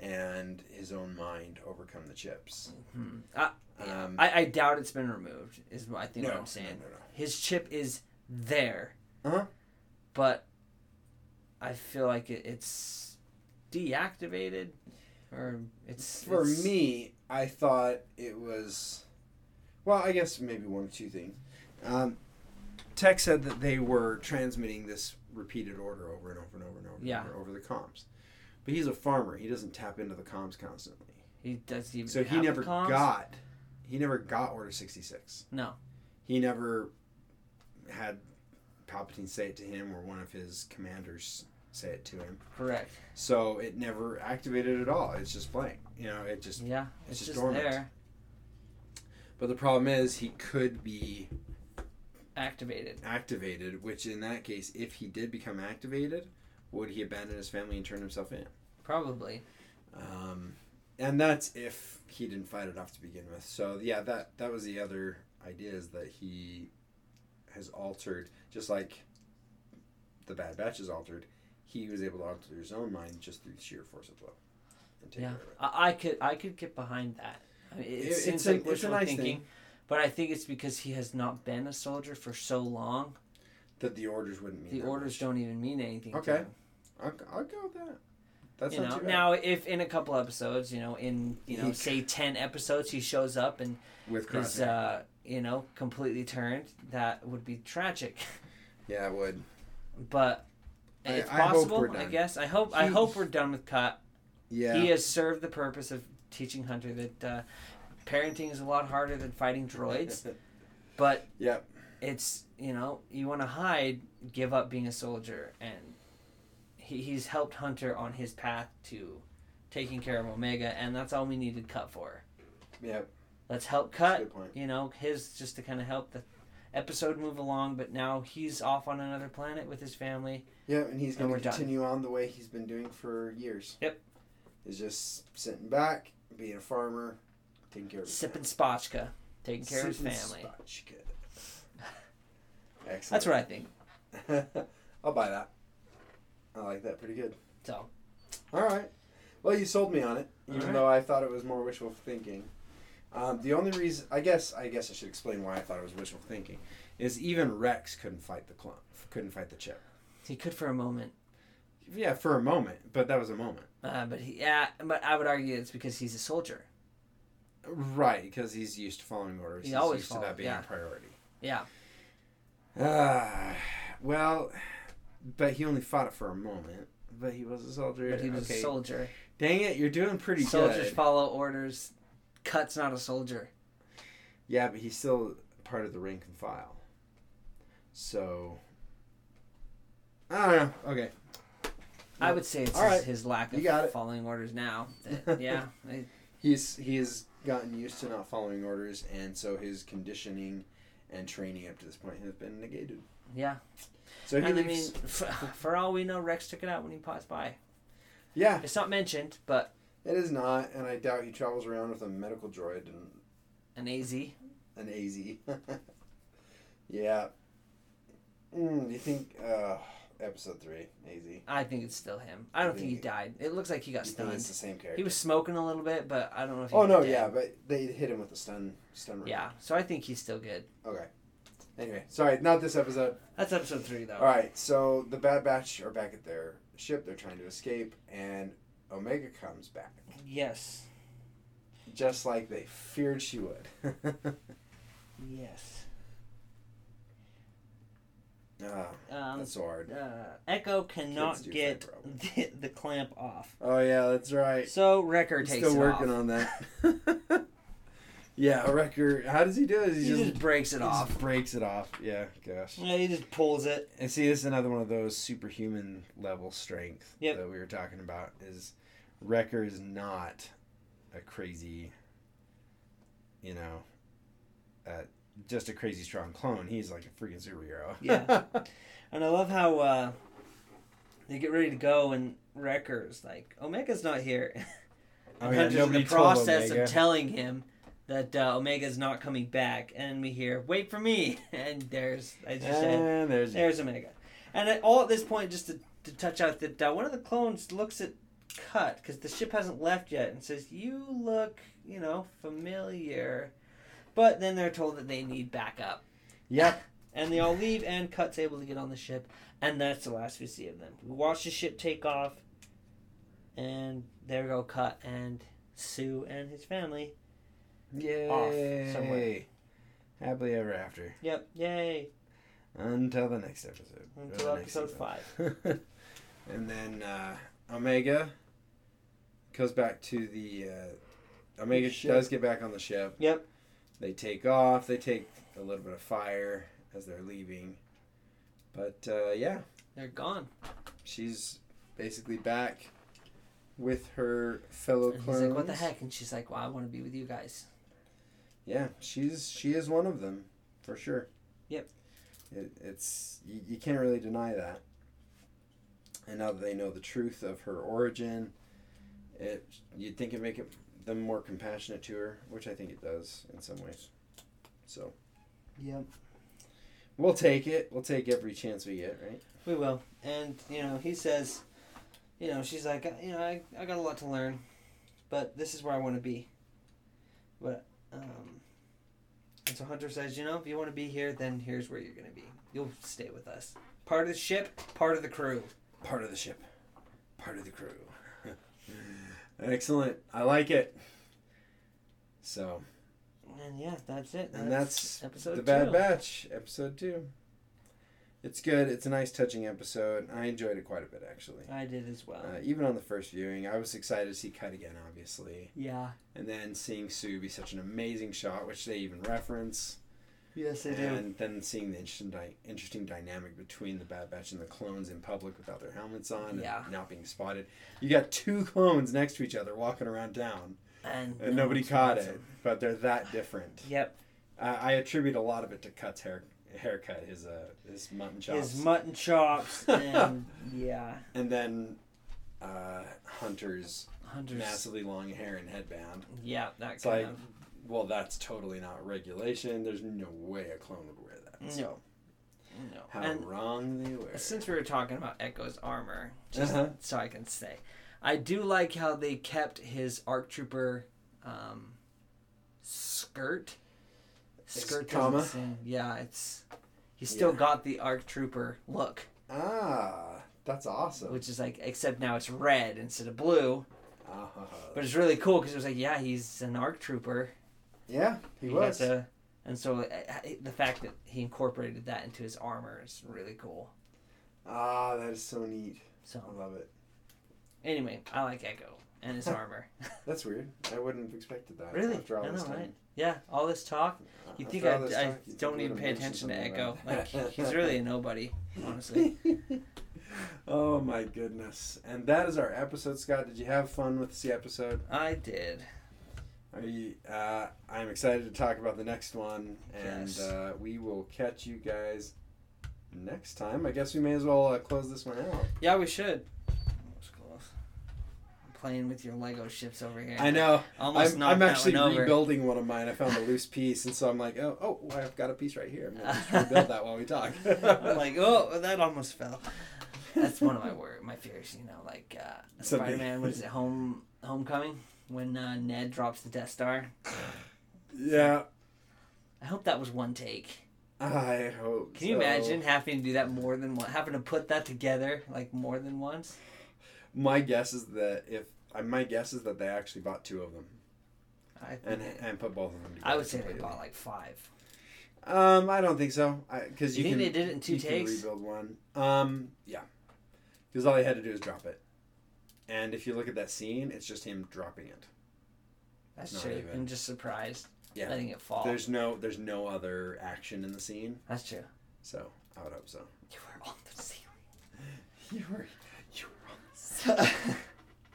A: and his own mind, overcome the chips.
C: Hmm. I,
A: Um,
C: I I doubt it's been removed. Is what I think
A: no,
C: what I'm saying.
A: no, no, no.
C: His chip is there,
A: Uh-huh.
C: but I feel like it, it's deactivated, or it's
A: For
C: it's-
A: me, I thought it was. Well, I guess maybe one or two things. Um, Tech said that they were transmitting this repeated order over and over and over and over,
C: Yeah.
A: and over, over the comms. But he's a farmer. He doesn't tap into the comms constantly.
C: He does he even
A: So he
C: have the
A: never
C: comms?
A: got he never got Order sixty six.
C: No.
A: He never had Palpatine say it to him or one of his commanders say it to him.
C: correct.
A: So it never activated at all. It's just blank. You know, it just
C: Yeah,
A: It's
C: it's,
A: just
C: just,
A: dormant.
C: there,
A: but the problem is he could be
C: activated.
A: activated, which in that case, if he did become activated, would he abandon his family and turn himself in?
C: Probably.
A: Um, and that's if he didn't fight enough to begin with. So yeah, that that was the other idea is that he has altered, just like the Bad Batch is altered. He was able to alter his own mind just through sheer force of will. And
C: yeah,
A: over it.
C: I, I could I could get behind that. I mean, it,
A: It-
C: seems
A: it's a-
C: like
A: it's a
C: wishful
A: nice
C: thinking,
A: thing.
C: but I think it's because he has not been a soldier for so long.
A: That the orders wouldn't mean
C: The
A: that
C: orders
A: much.
C: don't even mean anything.
A: Okay,
C: to him,
A: I'll, I'll go with that. That's
C: you
A: not
C: know.
A: too bad.
C: Now, if in a couple episodes, you know, in you know,
A: He-
C: say ten episodes, he shows up and
A: with
C: is
A: crosshair.
C: uh, you know completely turned, that would be tragic. (laughs)
A: yeah, it would.
C: But
A: I-
C: it's
A: I hope
C: possible,
A: we're
C: I
A: done.
C: guess. I hope I
A: He-
C: hope we're done with Cut.
A: Yeah,
C: He has served the purpose of teaching Hunter that uh, parenting is a lot harder than fighting droids, but
A: (laughs) Yep.
C: it's you know you want to hide, give up being a soldier, and he, he's helped Hunter on his path to taking care of Omega, and that's all we needed Cut for.
A: Yep.
C: Let's help
A: That's a
C: Cut,
A: good point.
C: you know, his just to kind of help the episode move along, but now he's off on another planet with his family.
A: Yeah, and he's
C: And
A: going
C: we're
A: to
C: done.
A: continue on the way he's been doing for years.
C: Yep.
A: Is just sitting back, being a farmer, taking care of his
C: Sipping Spotchka, taking care of his
A: Sipping
C: family.
A: spotchka.
C: (laughs)
A: Excellent.
C: That's what I think.
A: right. (laughs) I'll buy that. I like that pretty good.
C: So,
A: All right. Well, you sold me on it, even
C: All right.
A: though I thought it was more wishful thinking. Um, the only reason, I guess, I guess I should explain why I thought it was wishful thinking, is even Rex couldn't fight the clone, couldn't fight the chip.
C: He could for a moment,
A: Yeah, for a moment, but that was a moment,
C: uh, but he yeah. But I would argue it's because he's a soldier.
A: right? Because he's used to following orders.
C: He
A: he's
C: always
A: used
C: follow-
A: to that being
C: yeah.
A: a priority.
C: Yeah.
A: Ah, well, but he only fought it for a moment. But he was a soldier.
C: But he was
A: okay.
C: a soldier.
A: Dang it, you're doing pretty
C: Soldiers
A: good.
C: follow orders. Cut's not a soldier.
A: Yeah, but he's still part of the rank and file. So I don't know. Okay.
C: I would say it's
A: All
C: his,
A: right.
C: his lack
A: You
C: of
A: got it.
C: following
A: (laughs)
C: orders now. that- yeah. I-
A: He's he's gotten used to not following orders and so his conditioning and training up to this point has been negated.
C: yeah.
A: So he
C: And I mean, (laughs)
A: leaves,
C: for, for all we know, Rex took it out when he passed by.
A: Yeah,
C: It's not mentioned, but
A: it is not, and I doubt he travels around with a medical droid and
C: an AZ.
A: an AZ. (laughs) yeah. Mm, do you think uh, episode three AZ?
C: I think it's still him. I don't
A: I
C: think he
A: think-
C: died. It looks like he got
A: You think it's
C: stunned.
A: the same character?
C: He was smoking a little bit, but I don't know if. He
A: oh
C: was
A: no,
C: dead.
A: yeah, but they hit him with a stun stun. ray.
C: Yeah. So I think he's still good.
A: Okay. Anyway, sorry, not this episode.
C: That's episode three, though.
A: All right, so the Bad Batch are back at their ship. They're trying to escape, and Omega comes back,
C: Yes.
A: just like they feared she would. (laughs)
C: Yes.
A: Ah,
C: Um,
A: that's so hard.
C: uh, Echo cannot
A: Kids do
C: get
A: fight problems.
C: (laughs) the, the clamp off.
A: Oh yeah, that's right.
C: So Wrecker
A: He's
C: takes
A: still
C: it
A: working
C: off.
A: on that.
C: (laughs)
A: (laughs) yeah, Wrecker. How does he do it? He,
C: He
A: just,
C: just breaks
A: he
C: it
A: just
C: off.
A: breaks it off. Yeah, gosh.
C: Yeah, he just pulls it.
A: And see, this is another one of those superhuman level strength
C: Yep.
A: that we were talking about. Is Wrecker is not a crazy, you know, uh, just a crazy strong clone. He's like a freaking superhero. (laughs)
C: Yeah.
A: Oh,
C: And I love how uh, they get ready to go, and Wrecker's like, "Omega's not here." (laughs)
A: I
C: And
A: mean,
C: Hunter's in
A: Oh, nobody
C: the
A: told
C: process
A: Omega.
C: of telling him that uh, Omega's not coming back, and we hear, "Wait for me!" (laughs) And there's, I just said,
A: and there's
C: There's Omega. And at all at this point, just to, to touch out that uh, one of the clones looks at Cut because the ship hasn't left yet and says, "You look, you know, familiar," but then they're told that they need backup,
A: yep.
C: and they all leave. And Cut's able to get on the ship, and that's the last we see of them. We watch the ship take off, and there go Cut and Sue and his family. somewhere.
A: Yay! Happily ever after.
C: Yep, yay!
A: Until the next episode. Or
C: Until
A: the next
C: episode
A: season. (laughs) and then uh, Omega goes back to the. Uh, Omega
C: The ship.
A: does get back on the ship.
C: Yep.
A: They take off. They take a little bit of fire as they're leaving. But uh, yeah,
C: They're gone.
A: she's basically back with her fellow
C: And
A: clones.
C: he's like, "What the heck?" And she's like, "Well, I want to be with you guys."
A: Yeah, she's she is one of them for sure.
C: Yep.
A: It, it's you, you can't really deny that. And now that they know the truth of her origin, it you'd think it'd make it, them more compassionate to her, which I think it does in some ways. So
C: Yep.
A: we'll take it. We'll take every chance we get, right?
C: We will. And, you know, he says, you know, she's like, you know, I, I got a lot to learn, but this is where I want to be. But, um, and so Hunter says, you know, if you want to be here, then here's where you're going to be. You'll stay with us. Part of the ship, part of the crew.
A: Part of the ship, part of the crew. (laughs) Excellent. I like it. So
C: And yeah, that's it.
A: And that's
C: episode
A: the Bad
C: two.
A: Batch, episode two. It's good. It's a nice, touching episode. I enjoyed it quite a bit, actually.
C: I did as well.
A: Uh, even on the first viewing, I was excited to see Cut again, obviously,
C: yeah.
A: and then seeing Sue be such an amazing shot, which they even reference,
C: Yes,
A: and then seeing the interesting, di- interesting dynamic between the Bad Batch and the clones in public without their helmets on
C: Yeah.
A: and not being spotted. You got two clones next to each other walking around town,
C: And,
A: and nobody caught
C: awesome.
A: it, but they're that different.
C: Yep.
A: I, I attribute a lot of it to Cut's hair, haircut, his uh, his mutton chops,
C: His
A: (laughs)
C: mutton chops. And, yeah.
A: and then uh, Hunter's
C: Hunter's.
A: massively long hair and headband.
C: Yeah, that
A: It's
C: kind
A: like,
C: of.
A: well, that's totally not regulation. There's no way a clone would wear that. So
C: No.
A: how
C: and
A: wrong they were.
C: Since we were talking about Echo's armor,
A: (laughs)
C: just
A: Uh-huh.
C: so I can say, I do like how they kept his ARC Trooper um, skirt. Skirt
A: comma.
C: doesn't sing. Yeah, it's he's still
A: Yeah.
C: got the ARC Trooper look,
A: Ah, that's awesome.
C: which is like except now it's red instead of blue.
A: Ah, ha, ha.
C: But it's really cool because it was like, yeah, he's an ARC Trooper.
A: yeah, he
C: got
A: was.
C: the- and so uh, the fact that he incorporated that into his armor is really cool.
A: Ah, that is so neat.
C: So
A: I love it.
C: anyway, I like Echo
A: (laughs)
C: and his armor. (laughs)
A: That's weird. I wouldn't have expected that.
C: Really?
A: After all
C: I
A: this
C: know,
A: time. Uh,
C: right? Yeah, all this talk. You
A: After
C: think
A: all
C: I,
A: this
C: I
A: talk, you
C: don't
A: would
C: even
A: have
C: pay
A: mentioned
C: attention to
A: something
C: Echo?
A: about
C: Like
A: it. (laughs)
C: he's really a nobody, honestly.
A: oh my goodness. And that is our episode, Scott. Did you have fun with the episode?
C: I did.
A: Are you, uh, I'm excited to talk about the next one, and
C: Yes.
A: uh, we will catch you guys next time. I guess we may as well uh, close this one out.
C: Yeah, we should. It's close. I'm playing with your Lego ships over here.
A: I know.
C: Almost
A: I'm,
C: knocked
A: I'm
C: that
A: actually
C: one over.
A: rebuilding one of mine. I found a loose piece, and so I'm like, oh, oh, well, I've got a piece right here. I'm gonna just
C: (laughs)
A: rebuild that while we talk.
C: (laughs) I'm like, oh, that
A: (laughs)
C: almost fell. That's one of my wor- my fears. You know, like uh,
A: Something-
C: Spider Man. What is it? Home Homecoming. When uh, Ned drops the Death Star.
A: (laughs) yeah.
C: I hope that was one take.
A: I hope.
C: Can you
A: so.
C: imagine having to do that more than one? Having to put that together like more than once.
A: My guess is that if uh, my guess is that they actually bought two of them
C: I think
A: and
C: it-
A: and put both of them together.
C: Mm-hmm. I would say they
A: completely.
C: bought like five.
A: Um, I don't think so. Because
C: You
A: you,
C: think
A: can,
C: they did it in two
A: you can
C: takes?
A: rebuild one. Um, yeah. Because all he had to do is drop it, and if you look at that scene, it's just him dropping it.
C: That's
A: Not
C: true.
A: even.
C: I'm just surprised.
A: Yeah.
C: Letting it fall.
A: There's no there's no other action in the scene,
C: That's true.
A: so I would hope so.
C: You were on the ceiling.
A: You were you
C: (laughs)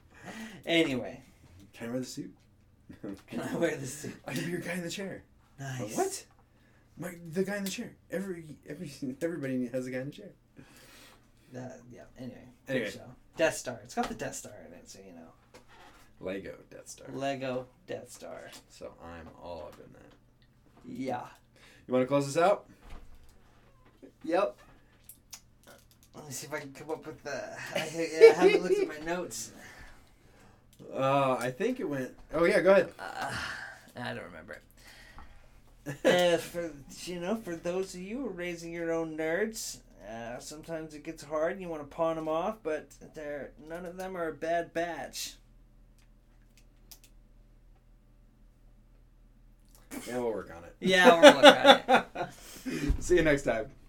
C: anyway,
A: Can I wear the suit?
C: (laughs) can I wear the suit?
A: I can be your guy in the chair. But
C: (laughs) Nice.
A: What? My the guy in the chair. Every every everybody has a guy in the chair.
C: That- yeah. Anyway.
A: Anyway.
C: So, Death Star. It's got the Death Star in it, so you know.
A: Lego Death Star.
C: Lego Death Star.
A: So I'm all up in that.
C: Yeah.
A: You want to close this out?
C: Yep. Let me see if I can come up with the. (laughs) I, I haven't looked at my notes.
A: Uh, I think it went. Oh yeah, go ahead.
C: Uh, I don't remember.
A: (laughs)
C: uh, for you know, for those of you who are raising your own nerds, uh, sometimes it gets hard. and You want to pawn them off, but they're none of them are a bad batch.
A: yeah, we'll work on it.
C: Yeah, we'll work on
A: it. (laughs) See you next time.